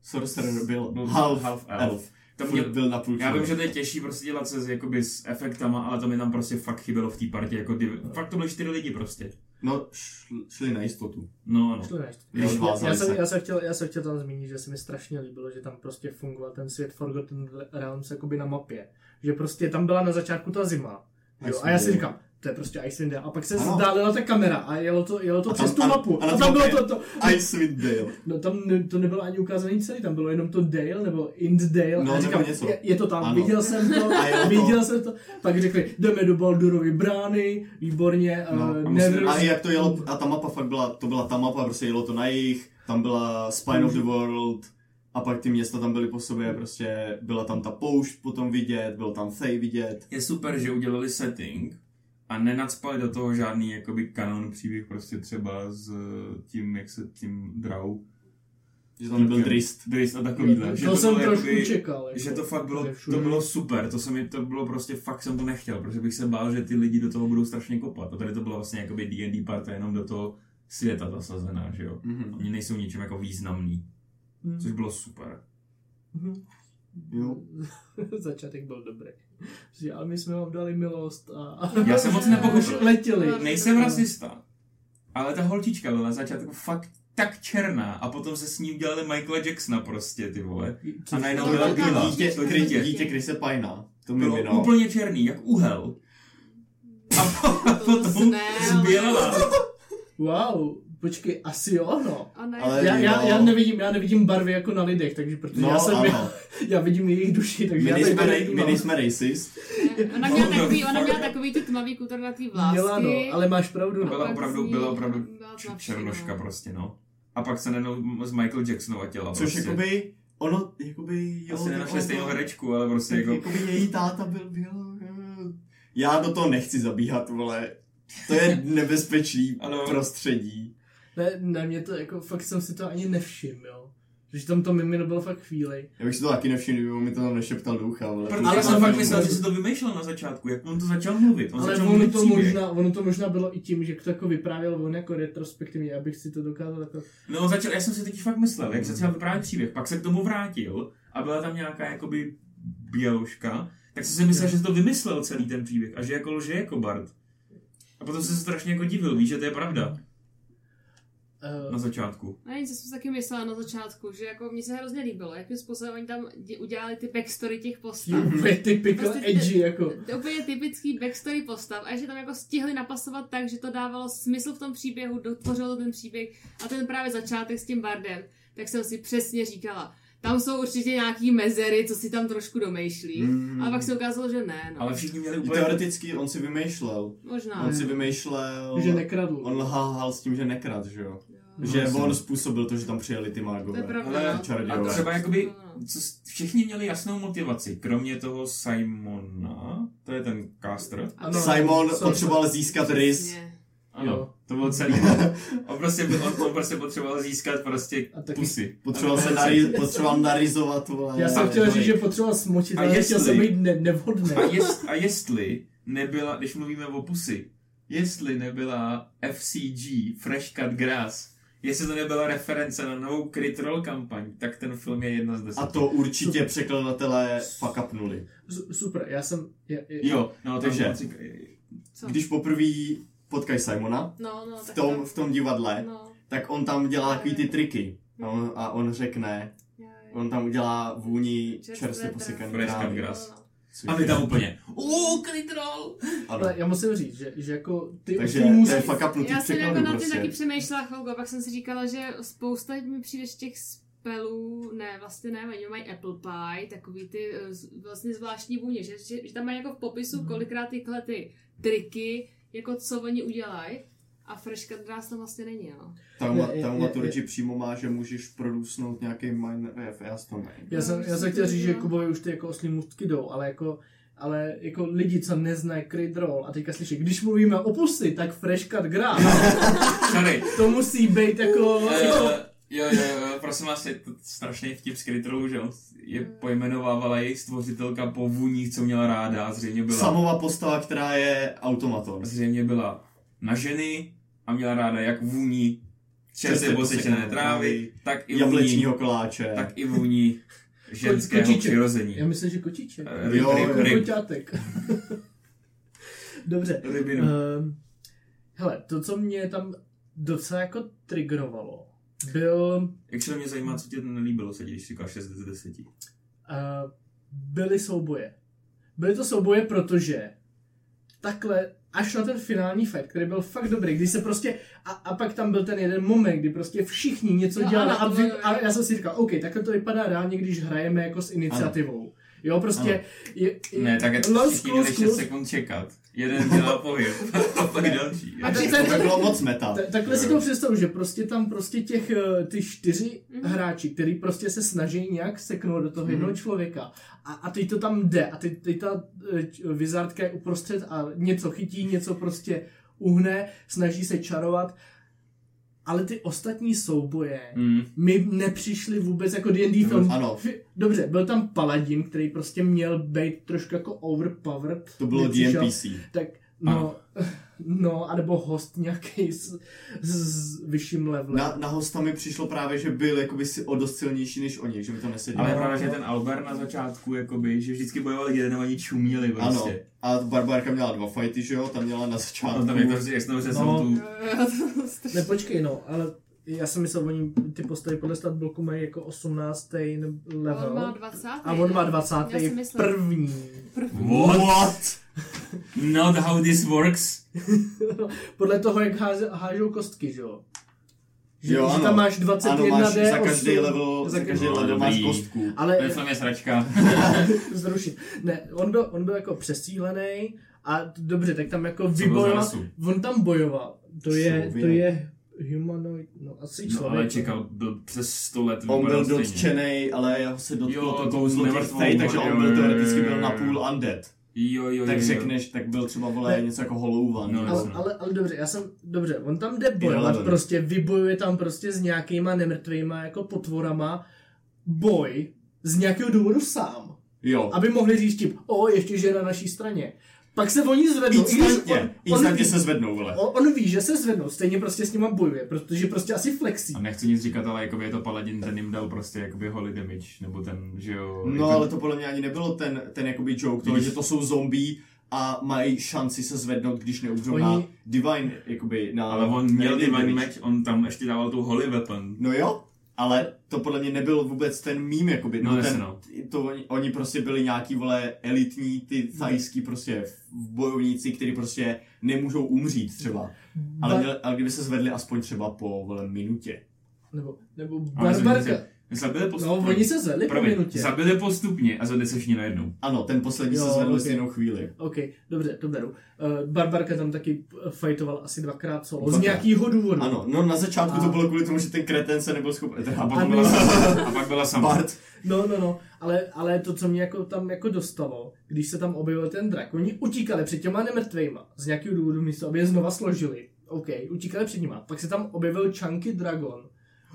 C: Sorcerer byl
B: Byl half
C: half, half
B: elf.
C: elf.
B: To
C: Furt
B: mě,
C: byl na půl
B: já vím,
C: člověk.
B: že to je těžší prostě dělat se s, jakoby, s efektama, ale to mi tam prostě fakt chybělo v té partě, jako div... fakt to byly čtyři lidi prostě.
C: No, šl- šli na jistotu.
B: No, no.
A: Šlo než-
C: Jo,
A: Já,
C: zvázali
A: já, jsem,
C: se.
A: já, jsem chtěl, já jsem chtěl tam zmínit, že se mi strašně líbilo, že tam prostě fungoval ten svět Forgotten Realms jakoby na mapě. Že prostě tam byla na začátku ta zima. Jo, a já si
C: Icewind
A: říkám, to je prostě Icewind Dale. A pak se
C: Ano.
A: vzdálila ta kamera a jelo to, jelo to
C: A tam-
A: přes tu
C: a-
A: mapu.
C: a na
A: A tam bylo
C: mapě-
A: to, to,
C: Dale. Icewind Dale.
A: no tam ne, to nebylo ani ukázaný celý, tam bylo jenom to Dale nebo Ind Dale.
C: No,
A: a já
C: nebo
A: říkám,
C: něco.
A: Je, je, to tam,
C: Ano.
A: viděl jsem to,
C: A jelo to.
A: viděl jsem to. Pak řekli, jdeme do Baldurovy brány, výborně.
C: No,
A: eh,
B: a musím-
A: Never-
C: A jak to jelo, a ta mapa fakt byla, to byla ta mapa, prostě jelo to na jich, tam byla Spine of the World, a pak ty města tam byly po sobě, prostě byla tam ta poušť potom vidět, byl tam Thay vidět.
B: je super, že udělali setting a nenacpali do toho žádný jakoby kanon příběh prostě třeba s eh, tím, jak se tím drau.
C: Že tam nebyl
B: Tím-
C: Drist.
B: Drist a takovýhle.
A: to,
B: že
A: to jsem
B: bylo
A: trošku
B: jakoby-
A: čekal. Jako,
B: Že to fakt bylo,
A: že
B: to
A: všude-
B: bylo super, to, se mi, to bylo prostě, fakt jsem to nechtěl, protože bych se bál, že ty lidi do toho budou strašně kopat. A tady to bylo vlastně jakoby D&D parta jenom do toho světa zasazená, že jo.
C: Mhm.
B: Oni nejsou ničem jako významný,
A: Mhm.
B: což bylo super.
A: Mhm.
C: Jo.
A: Začátek byl dobrý. Že, ale my jsme vám dali milost a... a
B: Já jsem moc nepochopil.
A: letěli.
D: No.
B: Nejsem rasista, ale ta holčička byla na začátku fakt tak černá a potom se s ní udělali Michaela Jacksona prostě, ty vole. A najednou
D: To
B: byla
D: bylo
B: bílá.
C: dítě,
B: To
C: dítě,
B: krytě.
C: dítě Krise Pajna. To mi
B: Bylo
C: vino.
B: úplně černý, jak uhel. A po- a potom
D: ne, ale-
B: zbělela.
A: Wow, počkej, asi jo, no.
D: A ne,
C: Ale-
A: Já, já,
C: Jo.
A: já, nevidím, já nevidím barvy jako na lidech, takže protože
C: No,
A: já, jsem,
C: ano.
A: já vidím jejich duši, takže
C: My
A: já tady
C: nejsme,
A: barvy
C: rej- my
A: nemám.
C: nejsme racist.
D: ne. ona měla takový, ona měla takový ty tmavý kuternatý vlásky.
A: Dělá, no, ale máš pravdu,
D: A
A: no.
B: Byla
D: pak z
B: opravdu,
D: ní
B: byla opravdu
D: byla
B: č-
D: tmavší,
B: černoška
D: no.
B: prostě, no. A pak se najednou z Michael Jacksonova těla
C: Což
B: prostě.
C: jakoby, ono, jakoby, jo. jako-
B: Asi
C: tak
B: nenašli
C: ono-
B: stejnou herečku, ale prostě
C: tak
B: jako...
C: Jakoby její táta byl, byl, Já do toho nechci zabíhat, vole. To je nebezpečný
B: Ano.
C: prostředí.
A: Ne, ne, mě to jako, fakt jsem si to ani nevšiml, jo. Že tam to mimino bylo fakt chvíli.
C: Já bych si to taky nevšiml, kdyby mi to tam nešeptal do ucha, vole.
B: Protože
A: Ale
B: já jsem
A: on-
B: fakt myslel, že si to vymýšlel na začátku, jak on to začal mluvit. On
A: Ale
B: začal
A: ono
B: mluvit
A: to,
B: No, příběh.
A: možná, ono to možná bylo i tím, že to jako vyprávěl on jako retrospektivně, abych si to dokázal jako...
B: No, on začal, já jsem si totiž fakt myslel, jak začal vyprávět příběh, pak se k tomu vrátil a byla tam nějaká jakoby běloška, tak jsem si myslel, že si to vymyslel celý ten příběh a že jako lže jako Bart. A potom jsem se strašně jako divil, víš, že to je pravda
A: Uh,
B: na začátku.
D: Ne, nic, já jsem si taky myslela na začátku, že jako mně se hrozně líbilo, jakým způsobem oni tam dě- udělali ty backstory těch postav.
A: eh, úplně typical
D: Prostě-
A: edgy, jako.
D: To je úplně typický backstory postav a že tam jako stihli napasovat tak, že to dávalo smysl v tom příběhu, dotvořilo to ten příběh a ten právě začátek s tím Bardem, tak jsem si přesně říkala, tam jsou určitě nějaký mezery, co si tam trošku domýšlí.
C: Mm.
D: A pak se ukázalo, že ne, no.
B: Ale všichni měli úplně...
C: Teoreticky on si vymýšlel.
D: Možná.
C: On si
B: No,
C: vymýšlel...
A: Že nekradl.
C: On lhal s tím, že nekrad, že jo?
D: Jo.
A: No,
C: Že
B: jasně.
C: on způsobil to, že tam přijeli ty mágové.
D: To je pravda.
B: Ale-
D: no.
B: A
C: Čarodějové.
B: třeba jakoby, co, s- všichni měli jasnou motivaci, kromě toho Simona, to je ten caster.
A: Ano,
C: Simon
A: Sorcerer.
C: potřeboval získat rys.
D: no. Přesně.
B: Ano,
A: Jo.
B: to bylo celý. On prostě, on, on prostě potřeboval získat prostě
A: A taky-
B: pusy.
C: Potřeboval
B: A
C: se
B: ne-
C: nary, potřeboval narizovat, vole.
A: Já jsem
B: A-
A: chtěl
B: to-
A: říct, že potřeboval smočit,
B: A
A: ale chtěl jsem
B: jestli-
A: být ne- nevhodný.
B: A, jest, a jestli nebyla, když mluvíme o pusy, jestli nebyla FCG, Fresh Cut Grass, jestli to nebyla reference na novou Crit Roll kampaň, tak ten film je jedna z deseti.
C: A to určitě překladatelé fuck upnuli.
A: Su- Super, já jsem... Je, je,
B: Jo, no
C: Takže-
B: takže...
D: Co?
C: Když poprvé potkají Simona
D: No, no,
C: v
D: tak
C: tom,
D: tam-
C: v tom divadle,
D: No. Mm.
C: tak on tam dělá takový ty triky. A on, a on řekne,
D: Jo, jo.
C: on tam udělá vůni čerstvě
D: Čerstvé
C: posekaný
B: trávy. Fresh cut
C: trávy.
B: grass.
D: no,
C: Což
B: A my
C: je-
B: tam úplně, uuu, Crit Roll!
C: Ano.
A: ale já musím říct, že, že jako ty
C: Takže
A: ty
C: to je fuck upnutý
D: Já jsem jako
C: překladu
D: na tím taky
C: prostě.
D: přemýšlela chvilku a pak jsem si říkala, že spousta mi přijde z těch spelů, ne, vlastně ne, oni mají apple pie, takový ty eh, z- vlastně zvláštní vůně, že, že, že tam mají jako v popisu
A: Mhm.
D: kolikrát tyhle ty triky, jako co oni udělají. A freška drás tam vlastně není, no.
C: Tam,
A: Je- je-
C: tam
A: je-
C: maturči přímo má, že můžeš produsnout nějaký minor F, já to nevím.
A: Já jsem,
D: No,
A: já
D: jsem
A: jsem
D: to
A: chtěl říct, že
D: viděla.
A: Kubovi už ty jako oslí můstky jdou, ale jako, ale jako lidi, co neznají Creed Roll a teďka slyší, když mluvíme o pusy, tak Fresh Cut Grass,
B: Sorry,
A: to musí být jako... jako
B: Eh, jo, jo, jo, prosím vás, je to strašný vtip z Krytrolu, že on je pojmenovávala její stvořitelka po vůních, co měla ráda a zřejmě byla,
C: Samová postava, která je automaton.
B: zřejmě Prostě byla na ženy a měla ráda jak vůní čerstvě
C: Čerstvě
B: posečené
C: posekané
B: trávy, tak i vůní,
C: Jablečního koláče.
B: tak i vůní ženského
A: kočiček.
B: přirození.
A: já myslím, že kočiček.
B: Eh,
C: Jo,
B: ryb,
C: jo.
B: ryb, ryb,
A: Koťátek. Dobře.
B: rybinu.
A: Um, hele, to, co mě tam docela jako triggerovalo, byl
B: Jak se mě zajímá, co tě nelíbilo se, ti, když říkáš 6 z 10.
A: Uh, byly souboje. Byly to souboje, protože takhle až na ten finální fight, který byl fakt dobrý, když se prostě, a, a pak tam byl ten jeden moment, kdy prostě všichni něco
D: No,
A: dělali
D: ano,
A: a,
D: to
A: vy,
D: bylo-
A: a já jsem si říkal, OK, takhle to vypadá reálně, když hrajeme jako s iniciativou. Ano. Jo, prostě...
C: Ano.
A: Je, je,
B: Ne, tak
A: los,
B: všichni
A: klus,
B: měli 6
A: klus.
B: sekund čekat. Jeden dělal pohyb a pak další.
A: A
B: Jo.
A: teď-
C: To by bylo moc meta.
A: Ta- Takhle si to představu, že prostě tam prostě těch eh, ty čtyři
D: Mhm.
A: hráči, který prostě se snaží nějak seknout do
C: Mhm.
A: toho jednoho člověka a, a teď to tam jde a teď, teď ta eh, č- vizardka je uprostřed a něco chytí, něco prostě uhne, snaží se čarovat, ale ty ostatní souboje
B: Mm.
A: mi nepřišly vůbec jako D&D
C: Nebo-
A: film.
C: Mhm. ano.
A: Fi- Dobře, byl tam paladin, který prostě měl být trošku jako overpowered.
C: To bylo
A: Nepřišel-
C: DMPC.
A: tak no, no, anebo host nějaký s, s, s vyšším levelem.
C: Na, na hosta mi přišlo právě, že byl jakoby si o dost silnější než oni, že mi to nesedělo.
B: Ale právě, že ten Albert na začátku, jakoby, že vždycky bojoval jeden a oni čuměli
C: Ano.
B: prostě.
C: A Barbarka měla dva fighty, že jo? Tam měla na
B: Ano.
C: začátku.
B: prostě, tam je to, že jsem
A: No.
B: tu...
D: Jo, jo, to bylo strašný.
A: Ne, počkej, no, ale Já jsem myslel, oni ty postavy podle stat bloku mají jako 18.
D: A on má
A: level.
D: 20.
A: no. A on má
D: ne?
A: 20.
D: Já si myslím-
A: první.
B: What? Not how this works.
A: Podle toho, jak háze, hážou kostky, že jo? Že,
C: Jo,
A: že
C: ano.
A: tam máš 21
C: Ano, máš
A: D8.
C: za každý level, za každý
B: No,
C: level máš
B: dobrý.
C: kostku.
B: To
A: Ale
B: je film je sračka. No,
A: zrušit. Ne, on byl, on byl jako přesílený a t- dobře, tak tam jako
B: Co bylo za
A: vybojoval.
B: rasu?
A: On tam bojoval. To je,
C: Člověk.
A: to je humanoid, no asi člověk.
B: No ale čekal, byl přes 100 let.
C: On
B: vypadal
C: byl
B: stejně.
C: dotčený, ale jeho se dotklo
B: Jo,
C: to kouzlo těch
B: nemrtvou,
C: fej, takže
B: jo,
C: on
B: jo,
C: byl
B: jo,
C: teoreticky
B: jo,
C: byl
B: jo,
C: na
B: jo.
C: půl undead.
B: Jo, jo, jo.
C: Tak
B: jo.
C: řekneš, tak byl třeba vole
A: Ne.
C: něco jako holouvan.
B: No,
A: Ale,
B: jasně.
A: ale, ale dobře, já jsem, dobře, on tam jde bojovat,
C: Irrelevant.
A: prostě vybojuje tam prostě s nějakýma nemrtvýma jako potvorama boj z nějakého důvodu sám.
C: Jo.
A: Aby mohli říct tím, o, ještě že je na naší straně. Pak se oni zvednou, i když
C: Instantně,
A: on, on,
C: instantně
A: ví,
C: se zvednou, vole.
A: on, on ví, že se zvednou, stejně prostě s nima bojuje, protože prostě asi flexí.
B: A nechci nic říkat, ale jakoby je to paladin, ten jim dal prostě jakoby holy damage, nebo ten, že jo.
C: No,
B: jako,
C: ale to podle mě ani nebylo ten, ten jakoby joke, to,
B: Vidíš?
C: že to jsou zombie a mají šanci se zvednout, když neumřou
A: Oni-
C: na Divine, jakoby na...
B: ale on měl
C: na
B: divine
C: damage.
B: match, on tam ještě dával tu holy weapon.
C: No jo, ale to podle mě nebyl vůbec ten mím, jakoby.
B: No, jasně,
C: ten,
B: no.
C: to oni, oni, prostě byli nějaký, vole, elitní, ty thajský prostě v- bojovníci, kteří prostě nemůžou umřít třeba. Ale,
A: Ba-
C: měl, ale kdyby se zvedli aspoň třeba po, vole, minutě.
A: Nebo, nebo
B: Ale
A: barbarka.
B: zabili se- Zabili
A: No,
B: postupně.
A: oni se zvedli po
B: Promiň,
A: minutě.
B: zabili postupně a zvedli se všichni najednou.
C: Ano, ten poslední
A: Jo,
C: se zvedl
A: ok.
C: okay. stejnou chvíli.
A: OK, dobře, to beru. Uh, Barbarka tam taky eh, fajtovala asi dvakrát solo. Z
C: Dvakrát.
A: nějakého důvodu.
C: Ano, no na začátku
A: A-
C: a... to bylo kvůli tomu, že ten kreten se nebyl schopen, teda
B: A pak
A: Ano.
B: byla sama. A pak byla sama.
C: Bart,
A: No, no, no, ale, ale to, co mě jako tam jako dostalo, když se tam objevil ten drak, oni utíkali před těma nemrtvejma, z nějakého důvodu místo, aby je znova složili. OK, utíkali před nima, pak se tam objevil Chunky Dragon.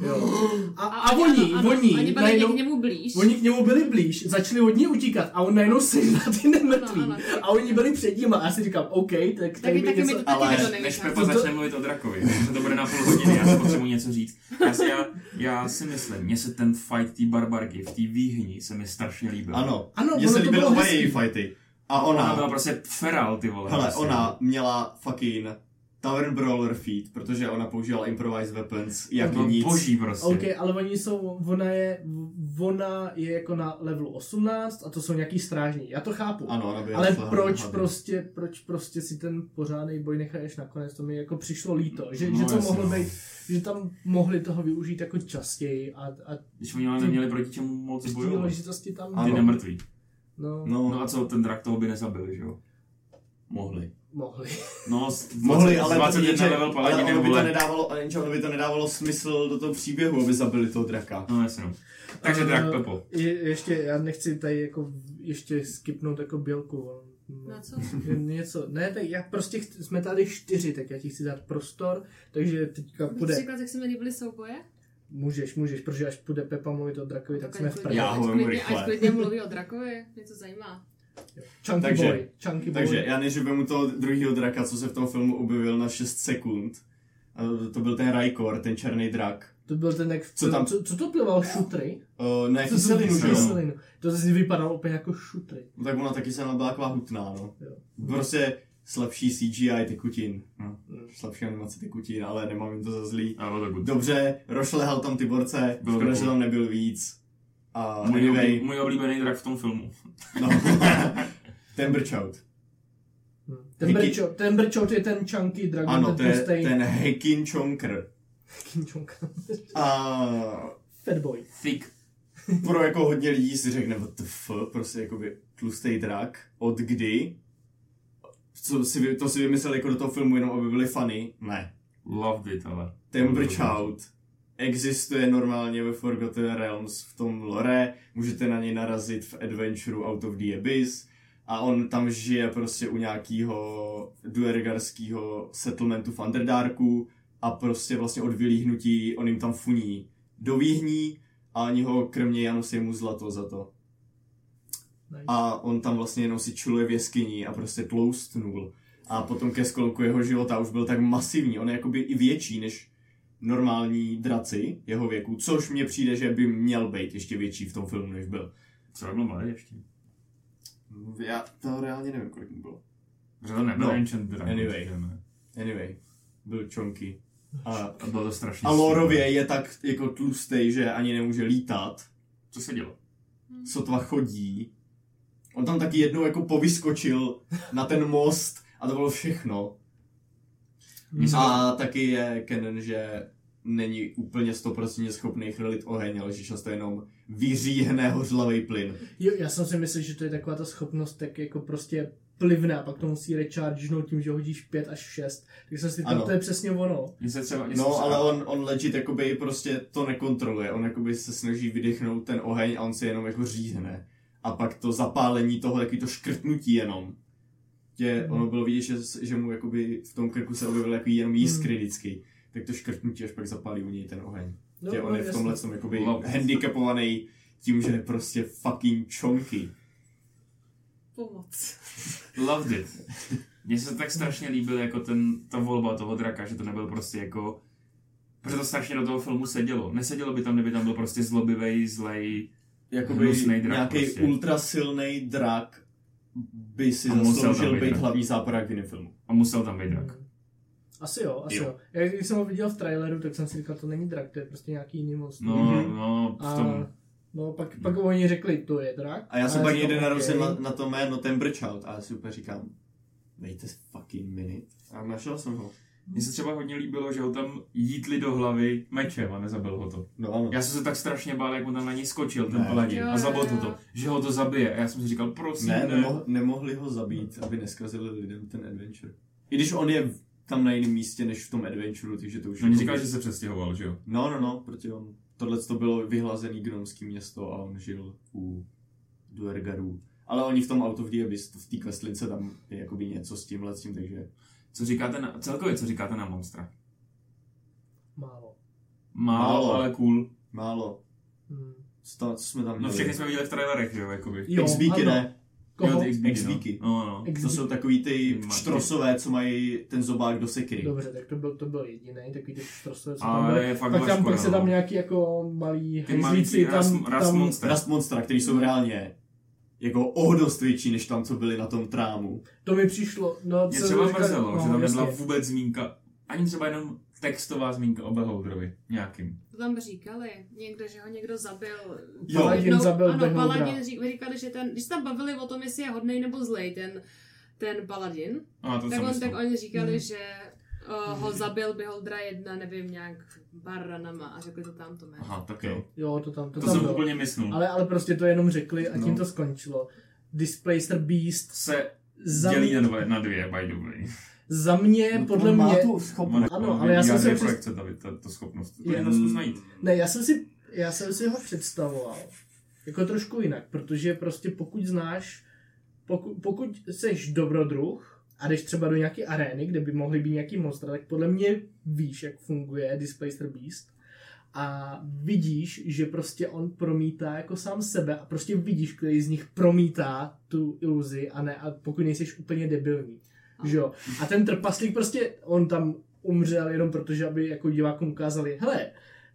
A: Jo. A, a, oni,
D: ano,
A: oni,
D: Oni byli
A: najednou,
D: k němu blíž.
A: oni k němu byli blíž, začali od něj utíkat a on najednou sežral ty nemrtvý.
D: Ano, ano, tak-
A: A oni byli před nima a já si říkám, OK, tak tady
D: Taky,
A: mi
D: taky mi to
A: něco...
D: taky
C: Ale
D: mi to
B: Než
D: nevychází.
B: Pepa
A: To- to-
B: začne mluvit o drakovi, protože to bude na půl hodiny, já si potřebuji něco říct. Já si, já, já si myslím, mně se ten fight té barbarky v té výhni se mi strašně líbil.
C: ano.
A: Ano,
C: Mně
A: ono
C: se
A: to
C: líbily
A: bylo
C: oba
A: hezký.
C: její fighty. A
B: Ona byla
C: ona,
B: prostě feral, ty vole.
C: hele,
B: prostě.
C: ona měla fucking Tavern Brawler feed, protože ona používala improvised weapons jako
B: no,
C: nic.
B: boží prostě.
A: OK, ale oni jsou, ona je, ona je jako na levelu 18 a to jsou nějaký strážní, já to chápu.
C: Ano, ona by
A: Ale
C: šla
A: proč
C: hrozně
A: prostě, proč prostě si ten pořádný boj necháš nakonec, to mi jako přišlo líto, že,
B: No,
A: že to
B: jasně,
A: mohlo
B: no.
A: být, že tam mohli toho využít jako častěji a, a
B: Když oni ale neměli proti čemu moc
A: ty
B: bojovat.
A: příležitosti tam
C: Ano.
B: Ty
A: byly.
B: nemrtví.
A: no,
C: No,
B: No a co, ten drak toho by nezabil, že jo? Mohli.
A: mohli.
B: No, s-
C: mohli,
B: s
C: ale, to
B: 21
C: jenže-
B: level
C: ale
B: paladinem,
C: ono by to
B: vole.
C: nedávalo, ale jenže ono by to nedávalo smysl do toho příběhu, aby zabili toho draka.
B: No jasně, no. Takže drak
A: Eh,
B: Pepo.
A: Je, ještě, já nechci tady jako ještě skipnout jako bělku. on-
D: Na No co?
A: Něco, ne, tak já prostě, chci, jsme tady čtyři, tak já ti chci dát prostor, takže teďka
D: Můžu
A: půjde,
D: říkat, jak se mi líbily souboje?
A: můžeš, můžeš, protože až půjde Pepa mluvit o drakovi, tak jsme
D: ať
A: v
D: klidně-
A: prdě.
C: Já ho
D: ať
C: vemu
D: klidně,
C: rychle.
D: ať klidně mluví o drakovi, mě to zajímá.
A: Chunky
C: Takže-
A: boy, chunky
C: Takže
A: boy.
C: já než vemu toho druhého draka, co se v tom filmu objevil na 6 sekund. A to byl ten Raikor, ten černý drak.
A: To byl ten, jak
C: Co tam-
A: co, co to plival šutry?
C: Uh, ne,
A: Co to
C: kyselinu, že jo?
A: kyselinu. To zase vypadalo úplně jako šutry.
C: No tak ona taky se byla taková hutná, no.
A: Jo.
C: Prostě slabší CGI tekutin. No.
A: Mm.
C: Slabší animace tekutin, ale nemám jim to za zlý.
B: A bylo to good.
C: Dobře, rošlehal tam ty borce,
B: Bylo
C: škoda,
B: to
C: že
B: cool.
C: tam nebyl víc. A
B: Můj, obli-
C: anyway,
B: můj oblíbený drak v tom filmu.
C: no. ten brčout.
A: Hm. Ten,
C: Hiki-
A: brčo, ten brčot je ten chunky dragon,
C: Ano,
A: ten
C: to je
A: tlustej-
C: ten Hekin Chonker.
A: King Chunka.
C: A
A: Fat boy.
B: Thick.
C: pro jako hodně lidí si řekne, what the fuck, prostě jakoby tlustý drak, od kdy? Co si, vy- to si vymyslel jako do toho filmu jenom, aby byli funny? Ne.
B: Loved it, ale.
C: Temper Chout existuje normálně ve Forgotten Realms v tom lore, můžete na něj narazit v Adventure Out of the Abyss a on tam žije prostě u nějakého duergarského settlementu v Underdarku a prostě vlastně od vylíhnutí on jim tam funí do výhní a oni ho krmě a nosí mu zlato za to.
A: Nice.
C: A on tam vlastně jenom si čuluje v jeskyni a prostě tloustnul. A potom ke sklonku jeho života už byl tak masivní, on je jakoby i větší než normální draci jeho věku, což mně přijde, že by měl být ještě větší v tom filmu, než byl.
B: Co bylo mladý ještě?
C: Já to reálně nevím, kolik mu bylo.
B: Že to nebyl
C: No,
B: Ancient Dragon.
C: anyway.
B: že ne?
C: Anyway, byl čonky. A,
B: A bylo to strašně...
C: a Lorově je tak jako tlustej, že ani nemůže lítat.
B: Co se dělo?
C: sotva chodí. On tam taky jednou jako povyskočil na ten most a to bylo všechno.
B: Mně se to-
C: A taky je Kennen, že není úplně 100% schopný chlilit oheň, ale že často jenom vyříhne hořlavý plyn.
A: Jo, já jsem si myslel, že to je taková ta schopnost tak jako prostě plivná, pak to musí rechargenout tím, že hodíš 5 až 6. Tak jsem si říkal,
C: Ano.
A: to je přesně ono.
B: Mně se třeba... mně se
C: No,
B: třeba-
C: ale on, on legit jakoby prostě to nekontroluje. On jakoby se snaží vydechnout ten oheň a on se jenom jako říhne. A pak to zapálení toho, taky to škrtnutí jenom.
A: Mhm.
C: Tě, ono bylo vidět, že, že mu jakoby v tom krku se objevily jako
A: Mhm.
C: jenom jiskry vždycky. Tak to škrtnutí až pak zapálí u něj ten oheň.
A: No,
C: Tě, on
A: no,
C: je v
A: jasně.
C: tomhle tom jakoby
B: Wow.
C: handicapovaný tím, že je prostě fucking čonky.
D: Pomoc.
B: Loved it. Mně se tak strašně líbil jako ten, ta volba toho draka, že to nebyl prostě jako... Protože to strašně do toho filmu sedělo. Nesedělo by tam, kdyby tam byl prostě zlobivej, zlej,
C: Jakoby
B: Hnusnej drak
C: nějaký
B: prostě.
C: prostě. ultrasilnej drak by si
B: A musel tam
C: zasloužil
B: být
C: být
B: drak.
C: hlavní záporák kinofilmu.
B: a musel tam být drak.
A: Hmm. Asi jo, asi jo.
C: Jo.
A: jo. Já, když jsem ho viděl v traileru, tak jsem si říkal, to není drak, to je prostě nějaký jiný monstrum.
B: No,
C: Mhm.
B: no, v tom...
A: A, no, pak, pak oni řekli, to je drak.
C: A já jsem
A: A
C: pak
A: říkám,
C: někde narazil
A: "OK."
C: na, na to jméno Tembrchild a já si úplně říkám, wait a fucking minute. A našel jsem ho.
B: Mně se třeba hodně líbilo, že ho tam jítli do hlavy mečem a nezabil ho to.
C: No ano.
B: Já jsem se tak strašně bál, jak mu tam na něj skočil ten
C: Ne.
B: paladin a
D: Jo,
B: zabil to
D: jo,
B: to,
D: jo.
B: že ho to zabije. A já jsem si říkal, prosím,
C: Ne,
B: ne,
C: nemoh, nemohli ho zabít, aby neskazili lidem ten adventure. I když on je v- tam na jiném místě než v tom adventureu, takže to už... jako
B: Oni
A: Hm.
B: říkali, že se přestěhoval, že jo?
C: No, no, no, protože on... Tohle to bylo vyhlazený gnomský město a on žil u Duergarů. Ale oni v tom Out of the Abyss, v té questlince, tam je jakoby něco s tímhle, s tím, takže...
B: Co říkáte na, celkově, co říkáte na monstra?
A: Málo.
B: Málo, Málo.
C: Málo.
B: ale cool.
C: Málo.
A: Hmm.
C: Co, tam, co jsme tam
B: No
C: měli?
B: všechny jsme viděli v trailerech, že jo, jakoby.
A: Jo,
C: Xbíky,
A: ano.
C: ne?
A: Koho?
B: ty X-Beaky,
C: X-Beaky.
B: No. no, no.
A: Ex-
C: To jsou takový ty
B: Matky.
C: štrosové, co mají ten zobák do sekiry.
A: Dobře, tak to byl, to byl jediný, takový ty štrosové, co tam
B: Ale
A: byly.
B: je fakt
A: Pak
B: byla
A: tam,
B: škoda,
A: pak se tam
B: no.
A: nějaký jako malí
B: Ty maličký
A: hejzlíci,
B: ras,
A: tam,
B: ras
A: tam,
B: monster.
C: Rast monstra, který jsou reálně jako o dost větší, než tam, co byli na tom trámu.
A: to mi přišlo, no,
B: Mě
A: co
B: třeba
A: říkal-
B: mrzelo, že tam nebyla
A: jasně.
B: vůbec zmínka, ani třeba jenom textová zmínka o Beholderovi, nějakým.
D: To tam říkali, někdo, že ho někdo zabil.
C: Jo.
A: Paladin zabil
D: ano,
A: Beholdra.
D: Paladin řík, říkali, že ten, když se tam bavili o tom, jestli je hodnej nebo zlej ten, ten Paladin,
B: A to
D: tak,
B: jsem
D: on, tak
B: myslel.
D: oni říkali,
A: Hmm.
D: že uh, ho zabil Beholdra jedna, nevím, nějak pár ranama a řekli to tam to jméno.
B: Aha, tak jo.
A: Jo, to tam, to,
B: To,
A: tam
B: jsem
A: bylo.
B: úplně myslel.
A: Ale, ale prostě to jenom řekli a tím
B: No.
A: to skončilo. Displacer Beast
B: Se
A: za,
B: dělí No, na, dva, na dvě, by the way.
A: za mě, podle
C: No, Má
A: mě,
C: tu
B: On-
C: schopnost.
A: Ano,
B: on
A: ale já jsem
B: vybírá
A: se
B: dvě
A: přes-
B: projekce, ta, ta, ta schopnost. To
A: Je-
B: jenom zkus najít.
A: ne, já jsem si, já jsem si ho představoval jako trošku jinak, protože prostě pokud znáš, pokud, pokud seš dobrodruh a jdeš třeba do nějaké arény, kde by mohly být nějaký monstra, tak podle mě víš, jak funguje Displacer Beast a vidíš, že prostě on promítá jako sám sebe a prostě vidíš, který z nich promítá tu iluzi a ne, a pokud nejseš úplně debilní. Že jo? A ten trpaslík prostě, on tam umřel jenom protože, aby jako divákům ukázali, hele,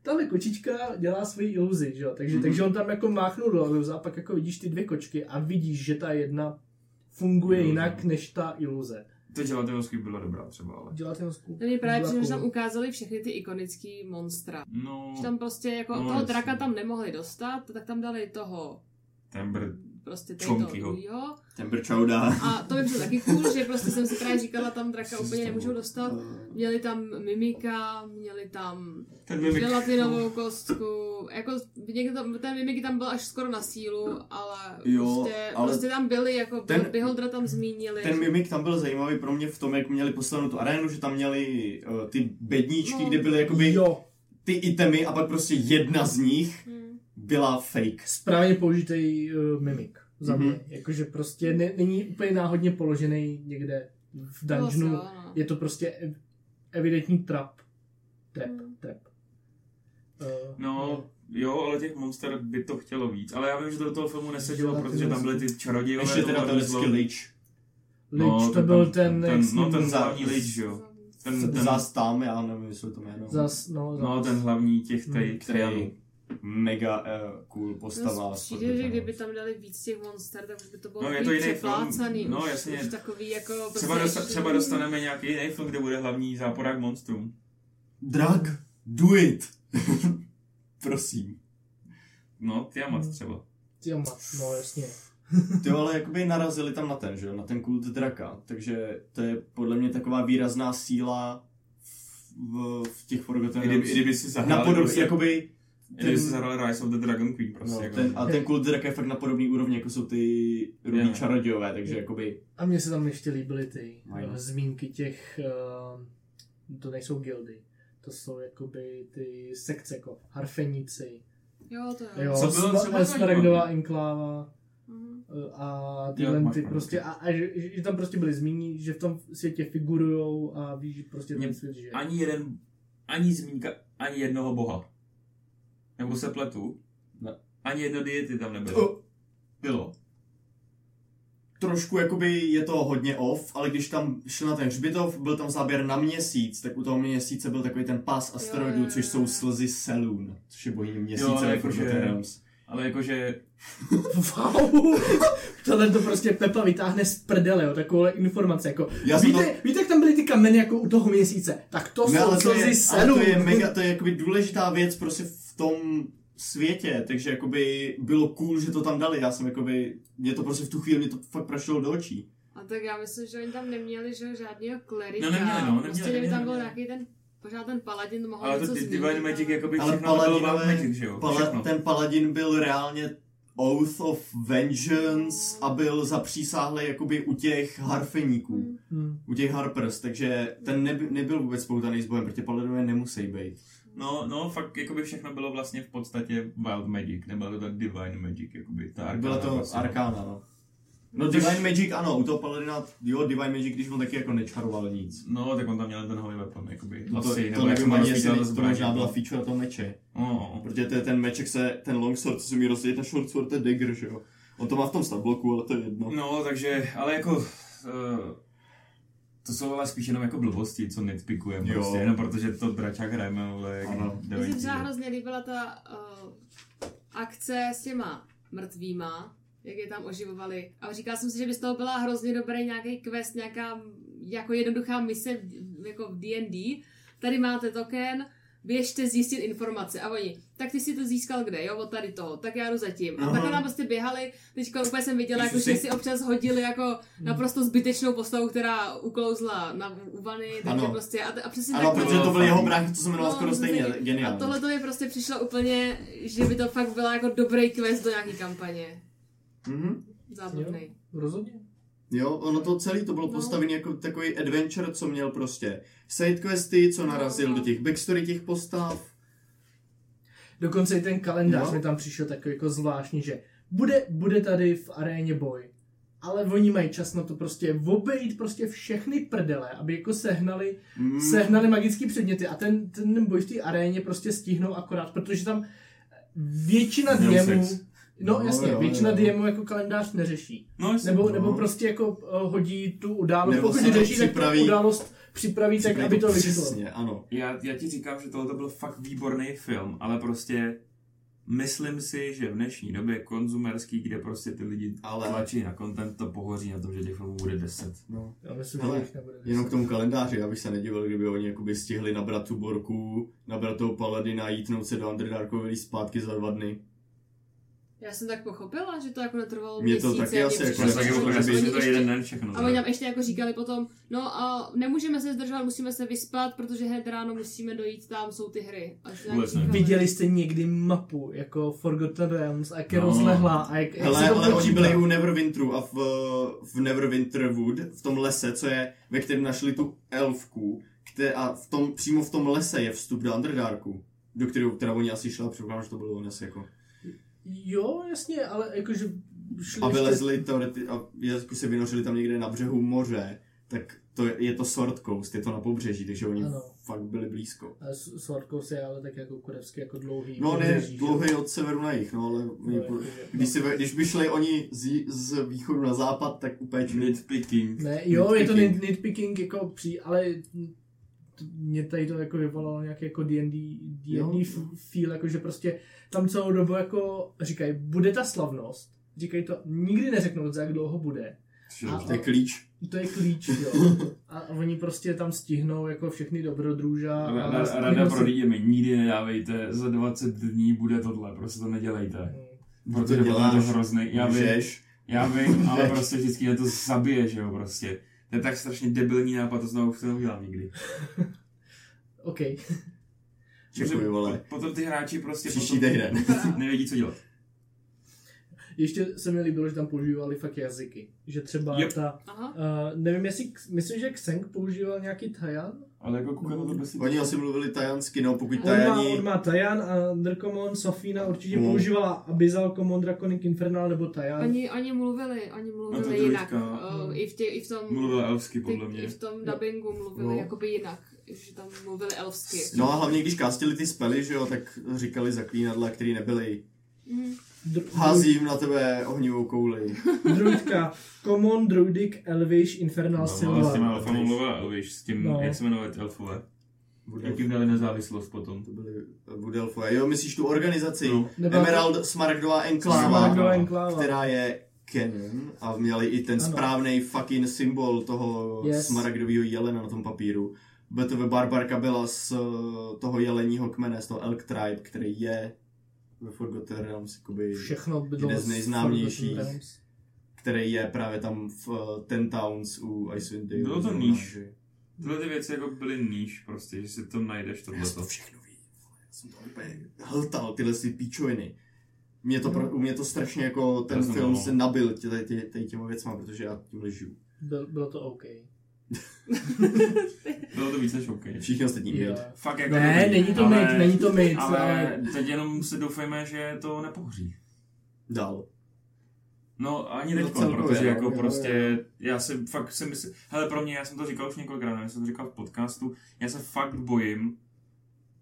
A: tahle kočička dělá svoji iluzi, že jo? Takže, mm-hmm.
C: Mhm.
A: takže on tam jako máchnul do iluze a pak jako vidíš ty dvě kočky a vidíš, že ta jedna funguje
B: Iluze.
A: jinak než ta iluze.
B: To dělatelsky byla dobrá třeba, ale...
A: Dělat ten zkup.
D: To mě právě přijde, že tam ukázali všechny ty ikonický monstra.
B: No,
D: Že tam prostě jako
B: No,
D: no, toho
B: jasně.
D: draka tam nemohli dostat, tak tam dali toho
B: ten brd.
D: prostě
B: Čonkyho.
D: toho druhýho.
C: Ten brčouda.
D: A to by bylo taky cool, že prostě jsem si právě říkala, tam draka úplně nemůžou dostat. Měli tam mimika, měli tam
B: Ten mimik. No.
D: želatinovou kostku, jako někdo tam, ten mimik tam byl až skoro na sílu, ale,
C: Jo,
D: prostě,
C: ale-
D: prostě tam byli, jako ten,
C: Ten-
D: Beholdra tam zmínili.
C: Ten mimik tam byl zajímavý pro mě v tom, jak měli postavenou tu arénu, že tam měli eh, ty bedníčky,
D: No.
C: kde byly jakoby
A: Jo,
C: ty itemy a pak prostě jedna z nich
D: Hmm.
C: byla fake.
A: správně použitej uh, mimik. Za
C: Mhm.
A: mě. Jakože prostě ne, není úplně náhodně položený někde v dungeonu.
D: Bylo no. to, ano.
A: Je to prostě ev- evidentní trap. Trap,
D: Mm.
A: trap. Eh,
B: No, jo, ale těch monster by to chtělo víc. Ale já vím, že to do toho filmu nesedělo,
A: Želatinové
B: protože tam byly ty čarodějové.
C: Ještě teda
B: tohle
C: ten
B: zlo.
C: skillič.
A: Lich, to
B: No, ten-
A: byl ten,
B: ten,
A: jak s
B: ten no
A: ním-
B: ten
C: zá-
B: hlavní Lich, že jo. Ten, ten,
C: Zas tam, já nevím, jestli to jméno.
A: Zas, no,
B: no,
A: zas.
B: ten hlavní těch, tej,
C: Který je
B: tej,
C: mega eh, cool postava.
D: No, přijde, že kdyby tam dali víc těch monster, tak už by to bylo
B: No, je
D: takový
B: to jiný film.
D: přeplácaný,
B: No,
D: už,
B: jasně.
D: už takový jako...
B: Třeba,
D: prostě
B: dosta,
D: ještě-
B: třeba dostaneme nějaký jiný film, kde bude hlavní záporák monstrum.
C: Drag, do it. Prosím.
B: No, Tiamat třeba.
A: Tiamat, no jasně.
C: Ty jo, ale jakoby narazili tam na ten, že jo, na ten kult draka, takže to je podle mě taková výrazná síla v, v těch Forgotten
B: I kdyby, i kdyby si
C: Na
B: zahráli,
C: podobný,
B: prostě, jako,
C: jakoby
B: i kdyby si zahráli Rise of the Dragon Queen, prostě.
C: No,
B: jako.
C: ten, a ten kult draka je fakt na podobný úrovni, jako jsou ty rudí
B: Jo.
C: čarodějové, takže jakoby...
A: A mně se tam ještě líbily ty
C: Ano.
A: eh, zmínky těch, eh, to nejsou gildy, to jsou jakoby ty sekce jako harfeníci,
D: Jo, to jo.
A: jo,
B: Co bylo
A: Sma-
B: třeba
A: eh,
B: zajímavé?
A: Smaragdová enkláva
D: Mhm.
A: eh, a
B: Jo,
A: tyhle
B: máš
A: ty
B: pravdu.
A: prostě, a, a že, že, tam prostě byly zmíní, že v tom světě figurujou a víš, že prostě
B: Mě-
A: ten svět, že
B: Ani jeden, ani zmínka, ani jednoho boha. Nebo se pletu.
C: Ne.
B: Ani jedno diety tam nebylo.
C: To,
B: Bylo.
C: trošku jakoby je to hodně off, ale když tam šel na ten hřbitov, byl tam záběr na měsíc, tak u toho měsíce byl takový ten pás
D: Jo,
C: asteroidů,
D: jo,
C: což
D: jo.
C: jsou slzy Selun, což je bohyně
B: Jo,
C: měsíce ve
B: jakože-
C: Forgotten Realms.
B: Ale jakože,
A: Wow, tohle to prostě Pepa vytáhne z prdele, jo, takovouhle informace, jako,
C: Já jsem
A: víte,
C: to-
A: víte, jak tam byly ty kameny jako u toho měsíce, tak to
C: Ne,
A: jsou
C: ale to,
A: slzy
C: je, ale
A: senu.
C: to je mega, to je jakoby důležitá věc prostě v tom světě, takže jakoby bylo cool, že to tam dali, já jsem jakoby, mě to prostě v tu chvíli, mě to fakt prašilo do očí.
D: A tak já myslím, že oni tam neměli že jo, žádného klerika.
B: No, neměli, no, neměli,
D: prostě kdyby tam byl
B: neměli.
D: nějaký ten, pořád ten paladin mohl
B: ale
D: něco
B: to ty
D: změnit,
B: Divine Magic, jako
D: ale-
B: jakoby
C: Ale
B: všechno bylo
C: paladinové-
B: vám Magic, že jo?
C: Pala,
B: Všechno.
C: ten paladin byl reálně Oath of Vengeance a byl zapřísáhlý jakoby u těch harfeníků,
D: Hm.
A: Hmm.
C: u těch harpers, takže ten neby, nebyl vůbec spoutaný s bojem, protože paladinové nemusí být.
B: No, no, fakt, jakoby všechno bylo vlastně v podstatě Wild Magic, nebyla to ta Divine Magic, jakoby ta Arcana.
C: Byla to
B: vlastně.
C: Arkána, no. No Divine Magic ano, u toho paladina, jo, Divine Magic, když on taky jako nečaroval nic.
B: No, tak on tam měl ten holy weapon, jakoby.
C: To,
B: Asi,
C: to
B: nebo jak jsem
C: nevím ani, jestli
B: rozvíjel
C: to
B: zbraně.
C: možná byla feature toho meče.
B: No,
C: Protože to je ten meček se, ten longsword, co se mi rozdělit na shortsword, to je dagger, že jo. On to má v tom stabbloku, ale to je jedno.
B: no, takže, ale jako... eh, to jsou ale spíš jenom jako blbosti, co nitpikujeme
C: Jo.
B: prostě, jenom protože to dračák hrajeme, ale
C: Ano.
D: Mně se třeba hrozně líbila ta uh, akce s těma mrtvýma, jak je tam oživovali. A říkala jsem si, že by z toho byla hrozně dobrý nějaký quest, nějaká jako jednoduchá mise v- jako v D&D. Tady máte token, běžte zjistit informace. A oni, tak ty si to získal kde, jo, od tady toho, tak já jdu zatím. A
C: Aha.
D: takhle nám prostě běhali, teďka úplně jsem viděla, jako,
B: Ježiši.
D: že si občas hodili jako naprosto zbytečnou postavu, která uklouzla na u vany, takže
C: Ano.
D: prostě, a, a přesně
C: Ano,
D: takhle-
C: protože to byl
B: fakt.
C: jeho brácha, co se jmenoval
D: No,
C: skoro
D: to se
C: stejně,
D: taky-
C: geniální.
D: A tohle to mi prostě přišlo úplně, že by to fakt byla jako dobrý quest do nějaký kampaně.
C: Mhm.
D: Zábavný.
A: Rozhodně.
C: Jo, ono to celé to bylo
D: No.
C: postavené jako takový adventure, co měl prostě sidequesty, co narazil
D: No.
C: do těch backstory těch postav.
A: Dokonce i ten kalendář
C: Jo.
A: mi tam přišel takový jako zvláštní, že bude, bude tady v aréně boj, ale oni mají čas na to prostě obejít prostě všechny prdele, aby jako sehnali,
C: Mm.
A: sehnali magické předměty a ten, ten boj v té aréně prostě stihnou akorát, protože tam většina
B: Deus
A: diemů,
B: ex.
A: no
C: No,
A: jasně,
C: jo,
A: většina
C: jo.
A: diemů jako kalendář neřeší.
B: No, jasně.
A: Nebo,
C: No.
A: nebo prostě jako uh, hodí tu událost, nebo
C: Nebo
A: pokud
C: se to
A: řeší, tak tu
C: připraví-
A: událost připraví tak, aby to vyšlo.
C: Přesně, ano.
B: Já, já ti říkám, že tohle byl fakt výborný film, ale prostě myslím si, že v dnešní době konzumerský, kde prostě ty lidi
C: Ale-
B: tlačí na content, to pohoří na tom, že těch filmů bude 10.
C: No.
A: Já myslím,
C: Hele,
A: že už nebude.
C: Jenom k tomu kalendáři, já bych se nedivil, kdyby oni jakoby stihli nabrat tu borku, nabrat toho paladina, jítnout se do Underdarkovy zpátky za dva dny.
D: Já jsem tak pochopila, že to jako netrvalo
C: Mě to
D: měsíce.
C: taky asi jako
B: Já
C: Prostě
B: tak
C: to
B: jako,
C: bude
B: já
C: být-
B: myslím, že to je jeden
D: jeden
B: den všechno.
D: a oni nám ještě jako říkali potom, no a nemůžeme se zdržovat, musíme se vyspat, protože hned ráno musíme dojít, tam jsou ty hry. A si tak
B: Vůbec ne.
D: říkali-
A: Viděli jste někdy mapu jako Forgotten Realms a jak je
B: No.
A: rozlehlá a jak, jak
C: Hele,
A: se to
C: ale oni
A: počítá.
C: byli u Neverwinteru a v, v Neverwinter Wood, v tom lese, co je, ve kterém našli tu elfku, které, a v tom, přímo v tom lese je vstup do Underdarku, do kterého teda oni asi šla, předpokládám, že to bylo dnes jako.
A: Jo, jasně, ale jakože šli
C: A
A: ještě-
C: vylezli teoreti, a jako se vynořili tam někde na břehu moře, tak to je, je to Sword Coast, je to na pobřeží, takže oni
A: Ano.
C: fakt byli blízko.
A: A s, s Horkou se ale tak jako kurevsky jako dlouhý.
C: No ne,
A: pobřeží, že?
C: dlouhý od severu na jich, no ale oni,
A: No,
B: Jako,
C: po-
A: jakože-
C: když, si, ve- když by šli oni z, z východu na západ, tak úplně
B: Nitpicking.
A: Ne, jo, je to
C: Nitpicking.
A: nit- nitpicking jako při, ale t- mě tady to jako vyvolalo nějaký jako D&D, D&D
C: Jo.
A: f- feel, jako že prostě tam celou dobu jako říkají, bude ta slavnost, říkají to, nikdy neřeknou, za jak dlouho bude.
C: Což je- To je klíč.
A: To je klíč, jo. A oni prostě tam stihnou jako všechny dobrodruža.
B: Ra- ra- Rada pro lidi mi nikdy nedávejte, za 20 dní bude tohle, prostě to nedělejte. Protože potom je to
C: děláš.
B: hrozný. Já vím,
C: Můžeš.
B: já vím, ale prostě vždycky mě to zabije, že jo, prostě. To je tak strašně debilní nápad, to znovu už to neudělám nikdy.
A: OK.
C: Děkuji, vole.
B: Potom ty hráči prostě
C: Příští
B: potom
C: týden.
B: nevědí, co dělat.
A: Ještě se mi líbilo, že tam používali fakt jazyky. Že třeba
B: Yep.
A: ta...
D: Aha.
A: Uh, nevím, jestli, myslím, že Xeng používal nějaký Tajan.
B: Ale jako koukalo to bez
C: Oni asi mluvili tajansky, no pokud
A: On má,
C: tajani...
A: on má Tajan a Drkomon, Sofína určitě
C: Mm.
A: používala Abyssal, Komon, Draconic, Infernal nebo Tajan.
D: Oni, oni mluvili, oni
B: No to
D: mluvili
B: je
D: jinak.
B: druidka.
D: Uh, i, v tě, I v tom,
B: Mluvil elfsky, podle
D: i
B: mě.
D: v tom dubbingu mluvili
C: No.
D: jakoby jinak. Že tam mluvili elfsky.
C: No a hlavně, když kastili ty spely, že jo, tak říkali zaklínadla, který nebyly.
D: Mm.
A: Dr-
C: Házím na tebe ohnivou kouli.
A: Druidka. Common, Druidic, Elvish, Infernal, no,
B: No, ale s těma
A: Silver.
B: elfama mluvila Elvish, s tím,
A: No.
B: jak se jmenuje ty elfové.
C: Bude,
B: Jak jim dali nezávislost potom.
C: to byly Budelfové. Jo, myslíš tu organizaci?
B: No.
A: Nebo-
C: Emerald Smaragdová enkláva,
A: Smaragdová enkláva.
C: která je Canon a měli i ten
A: Ano.
C: správný fucking symbol toho
A: Yes.
C: yes. smaragdového jelena na tom papíru. BTV Barbarka byla z eh, toho jeleního kmene, z toho Elk Tribe, který je ve Forgotten Realms, jakoby,
A: Všechno bylo
C: Jeden z nejznámějších.
A: Forgotten Realms.
C: který je právě tam v eh, Ten Towns u Icewind Dale.
B: Bylo to
C: zrovna,
B: níž.
C: že-
B: Tyhle ty věci jako byly níž prostě, že si to najdeš
C: Já jsem to
B: tohleto.
C: všechno viděl. vole. Já jsem to úplně hltal, tyhle si píčoviny. Mě to, pro, u mě to strašně jako ten
B: Já jsem
C: film
B: nemohl.
C: se nabil tě, tě, tě, tě, těma věcma, protože já tím žiju.
A: Byl, bylo to OK.
B: Bylo to víc než OK.
C: Všichni ostatní
A: Jo.
C: yeah.
B: Fakt jako
A: Ne,
B: dobrý,
A: není to
B: ale-
A: mate, není to eh. mate.
B: Ale teď jenom se doufejme, že to nepohří.
C: Dál.
B: No ani
C: No
B: teď,
C: celkově,
B: protože
C: no,
B: jako
C: jo,
B: prostě, já se fakt si myslím, hele pro mě, já jsem to říkal už několikrát, nevím, jsem to říkal v podcastu, já se fakt bojím,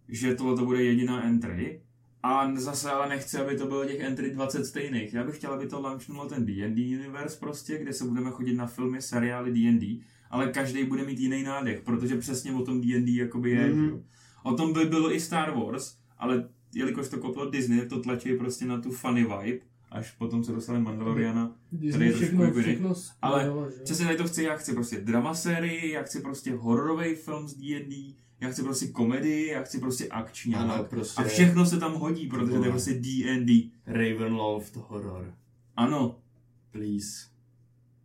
B: že tohle to bude jediná entry, a zase ale nechci, aby to bylo těch entry 20 stejných. Já bych chtěl, aby to launchnulo ten D&D universe prostě, kde se budeme chodit na filmy, seriály D&D, ale každý bude mít jiný nádech, protože přesně o tom D&D jakoby je.
C: Mhm.
B: Mm. O tom by bylo i Star Wars, ale jelikož to koplo Disney, tak to tlačí prostě na tu funny vibe, až potom se dostane Mandaloriana
C: Hmm.
B: Tady
A: Disney
B: je to
A: všechno,
B: trošku
A: všechno
B: Ale
A: spojilo, že?
B: Přesně tady to chci, já chci prostě drama sérii, já chci prostě hororový film z D&D, já chci prostě komedii, já chci prostě akční.
C: Ano,
B: nějak.
C: prostě
B: a všechno se tam hodí, protože to je prostě D&D.
C: Ravenloft horror.
B: Ano.
C: Please.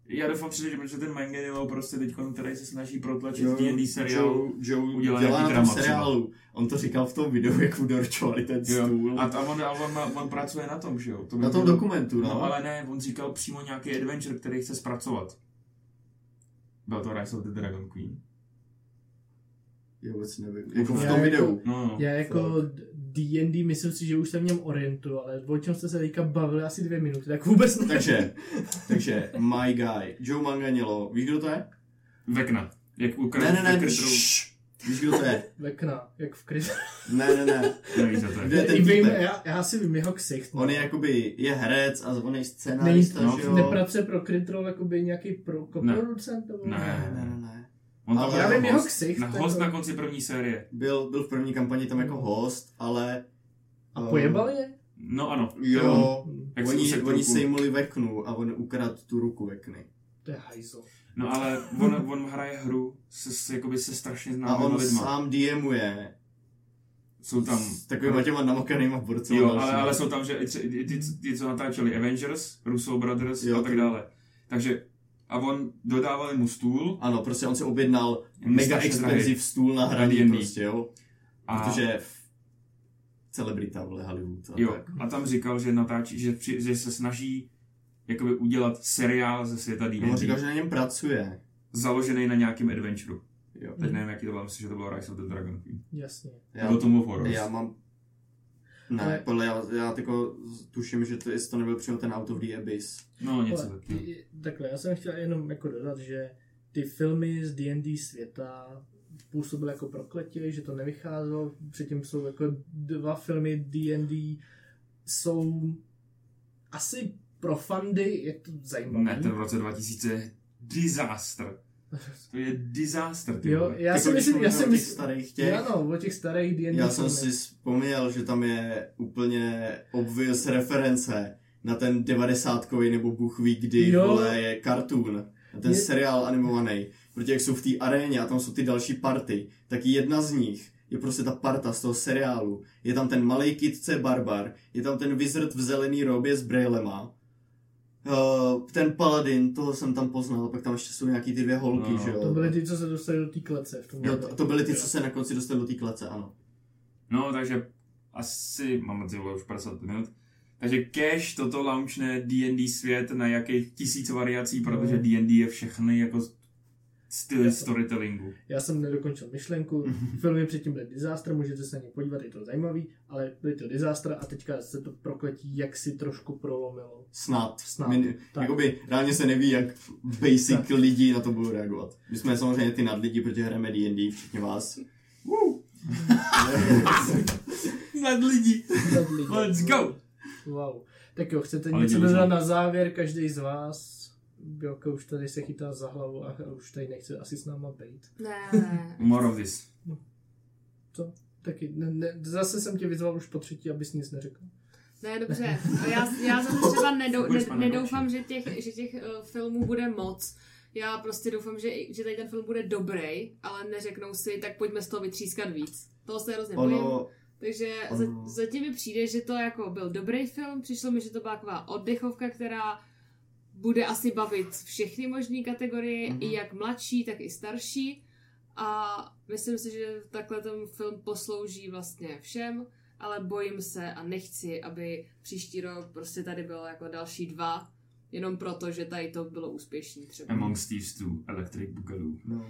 B: Já doufám, že že ten Manganiello prostě teď, který se snaží protlačit D&D seriál.
C: Joe, Joe
B: udělá
C: dělá
B: nějaký
C: na tom
B: drama
C: seriálu. On to říkal v tom videu, jak mu dorčovali ten
B: Jo.
C: stůl.
B: A, a on, a on, má, on, pracuje na tom, že jo? To by
C: na tom
B: bylo-
C: dokumentu, no.
B: No, ale ne, on říkal přímo nějaký adventure, který chce zpracovat. Byl to Rise of the Dragon Queen.
C: Já vůbec nevím. Jako v
A: Já
C: tom
A: jako-
C: videu.
B: No, no.
A: Já jako D&D myslím si, že už se v něm orientuju, ale o čem jste se teďka bavili asi dvě minuty, tak vůbec ne.
C: Takže, takže, my guy, Joe Manganiello, víš, kdo to je?
B: Vekna. Jak u
C: Ne, ne, ne,
B: Kristru-
C: šš. Víš, kdo to je?
A: Vekna, jak v krizi.
C: Ne, ne, ne.
B: Nevíš, co to je.
C: Kde je ten
A: I vím,
C: týpek?
A: já, já si vím jeho ksicht. no.
C: On je
B: jako-
C: jakoby, je herec a on je
A: Není
C: scénárista,
B: no,
C: že jo?
A: Nepracuje pro Crytrol jakoby nějaký pro koproducent? nebo-
B: Ne.
C: Ne, ne, ne.
B: On tam
C: Ale
B: byl
A: Já vím
B: host.
A: jeho ksicht.
B: Na
A: tak
B: host
A: to-
B: na konci první série.
C: Byl, byl v první kampani tam jako host, ale...
A: A
C: um,
A: pojebal je? Hm,
B: No ano. to je on.
C: Jo,
B: Jak se
C: oni,
B: usek
C: oni
B: ruku.
C: sejmuli veknu a on ukradl tu ruku vekny.
A: To je hajzl.
B: No ale on, on hraje hru se, se, jakoby se strašně
A: No,
C: A
B: známými
C: on
B: lidma.
C: sám DMuje
B: Jsou tam...
C: s takovýma těma namakanýma borcema.
B: Jo, ale,
C: dalšíma.
B: ale jsou tam, že i tře- i ty, ty, co natáčeli Avengers, Russo Brothers
C: Jo,
B: a tak
C: ty-
B: dále. Takže a on dodávali mu stůl
C: Ano, prostě on si objednal
B: Je mi
C: mega
B: strašně drahý.
C: expensive stůl na hraní
B: D&D.
C: prostě, jo?
B: a,
C: Protože v- celebrita, vole, Hollywood a
B: jo,
C: tak.
B: a tam říkal, že natáčí, že, při- že se snaží jakoby udělat seriál ze světa
C: No, on
B: D&D,
C: říkal, že na něm pracuje.
B: založený na nějakým adventureu.
C: Jo.
B: Teď nevím, jaký to bylo, myslím, že to bylo Rise of the Dragon Queen.
A: Jasně.
C: Já-
B: Nebo Tomb of Horrors.
C: Já mám... Ne,
A: Ale-
C: podle, já, já tyko tuším, že to, jestli to nebyl přímo ten Out of the Abyss.
B: No, něco
A: Ale,
B: takového.
A: i- takhle, já jsem chtěl jenom jako dodat, že ty filmy z D&D světa působily jako prokletě, že to nevycházelo, předtím jsou jako dva filmy D&D, jsou asi pro fandy, je to zajímavé.
B: Ne, ten v roce 2000 je disaster. To je disaster, ty
A: Jo,
B: vole.
A: já
C: Tyko,
A: si
C: když
A: myslím, já
C: mluvíme
A: si no,
C: o těch
A: myslím,
C: starých těch, já,
A: ano, o těch starých D&D
C: já jsem
A: filmech.
C: si vzpomněl, že tam je úplně obvious reference na ten devadesátkový nebo Bůh ví kdy,
A: Jo.
C: vole, je cartoon. Na ten
A: Je-
C: seriál animovaný. Protože jak jsou v té aréně a tam jsou ty další party, tak jedna z nich je prostě ta parta z toho seriálu. Je tam ten malý kitce barbar, je tam ten wizard v zelený robě s brailema, Uh, ten paladin, toho jsem tam poznal, pak tam ještě jsou nějaký ty dvě holky,
B: No,
C: že jo?
A: To byly ty, co se dostali do té klece. V tom
C: Jo, to, to byly ty, co se na konci dostali do té klece, ano.
B: No, takže asi, máme ty vole už 50 minut. Takže cash toto launchne D&D svět na jakých tisíc variací, protože
A: No.
B: D&D je všechny jako styly storytellingu.
A: Já jsem nedokončil myšlenku,
C: Mhm.
A: filmy předtím byly disaster, můžete se na ně podívat, je to zajímavý, ale byly to disaster a teďka se to prokletí jaksi trošku prolomilo.
C: Snad.
A: Snad,
C: Min,
A: tak.
C: jakoby reálně se neví, jak basic
A: Tak.
C: lidi na to budou reagovat. My jsme samozřejmě ty nadlidi, protože hrajeme D&D, včetně vás. Woo!
B: Nad lidi, let's go!
A: Wow. Tak jo, chcete
B: Ale
A: něco
B: dělíš,
A: dodat
B: ne?
A: na závěr, každý z vás? Bělka už tady se chytá za hlavu a a už tady nechce asi s náma být.
D: Ne, ne.
B: More of this.
A: Taky, ne, ne, zase jsem tě vyzval už po třetí, abys nic neřekl.
D: Ne, dobře. Já, já zase třeba nedou,
B: Budeš
D: ne,
B: pane
D: nedoufám, že těch, že těch eh, filmů bude moc. Já prostě doufám, že, i- že tady ten film bude dobrý, ale neřeknou si, tak pojďme z toho vytřískat víc. Toho se hrozně bojím.
C: Ono,
D: Takže
C: Ono-
D: za- zatím mi přijde, že to jako byl dobrý film, přišlo mi, že to byla taková oddechovka, která bude asi bavit všechny možné kategorie,
C: Mhm.
D: mm-hmm. i jak mladší, tak i starší. A myslím si, že takhle ten film poslouží vlastně všem, ale bojím se a nechci, aby příští rok prostě tady bylo jako další dva, jenom proto, že tady to bylo úspěšný třeba.
B: Among Thieves 2, Electric Boogaloo.
C: no.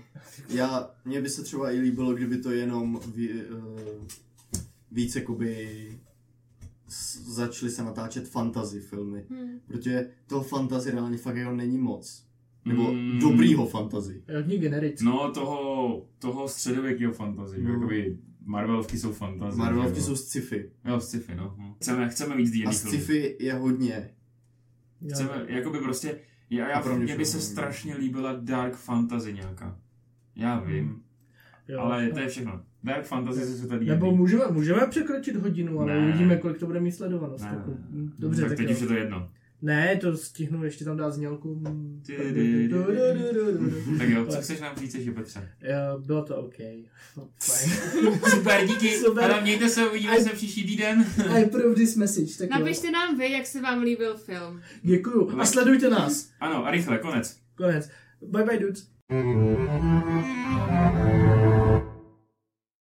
C: Já, mně by se třeba i líbilo, kdyby to jenom ví, uh, víc jakoby s- začaly se natáčet fantasy filmy.
D: Hmm.
C: Protože toho fantasy reálně fakt jeho není moc. Nebo
B: Mm.
C: mm. dobrýho fantasy.
A: Je hodně generický.
B: No, toho, toho středověkého fantasy,
C: No.
B: no. jakoby Marvelovky jsou fantasy.
C: Marvelovky
B: že jo?
C: jsou sci-fi.
B: Jo, sci-fi, no. no. Chceme, chceme víc
C: A
B: D&D filmů.
C: sci-fi je hodně.
A: Já-
B: Chceme, jakoby prostě, já, já
C: Opravdu
B: mě by se
C: filmy.
B: strašně líbila dark fantasy nějaká. Já
C: Hmm.
B: vím,
A: jo.
B: ale to je všechno. Dark fantasy se tady
A: Nebo
B: líbí.
A: můžeme, můžeme překročit hodinu, ale
B: Ne.
A: uvidíme, kolik to bude mít sledovanost.
B: Ne,
A: Tak,
B: ne, ne.
A: hm, Dobře,
B: tak,
A: tak,
B: teď
A: jo.
B: už je to jedno.
A: Ne, to stihnu ještě tam dát znělku. Hm.
B: Ty, ty, ty. Tak jo, co
A: Tak.
B: chceš nám říct, že Petře?
A: Jo, Bylo to OK. Fajn.
B: Super, díky,
A: Super.
B: ale mějte se, uvidíme
A: Aj.
B: se příští týden.
A: I approve this message. Tak jo.
D: Napište nám vy, jak se vám líbil film.
A: Děkuju. A sledujte nás.
B: Ano, a rychle, konec.
A: Konec. Bye bye, dudes.
C: Thank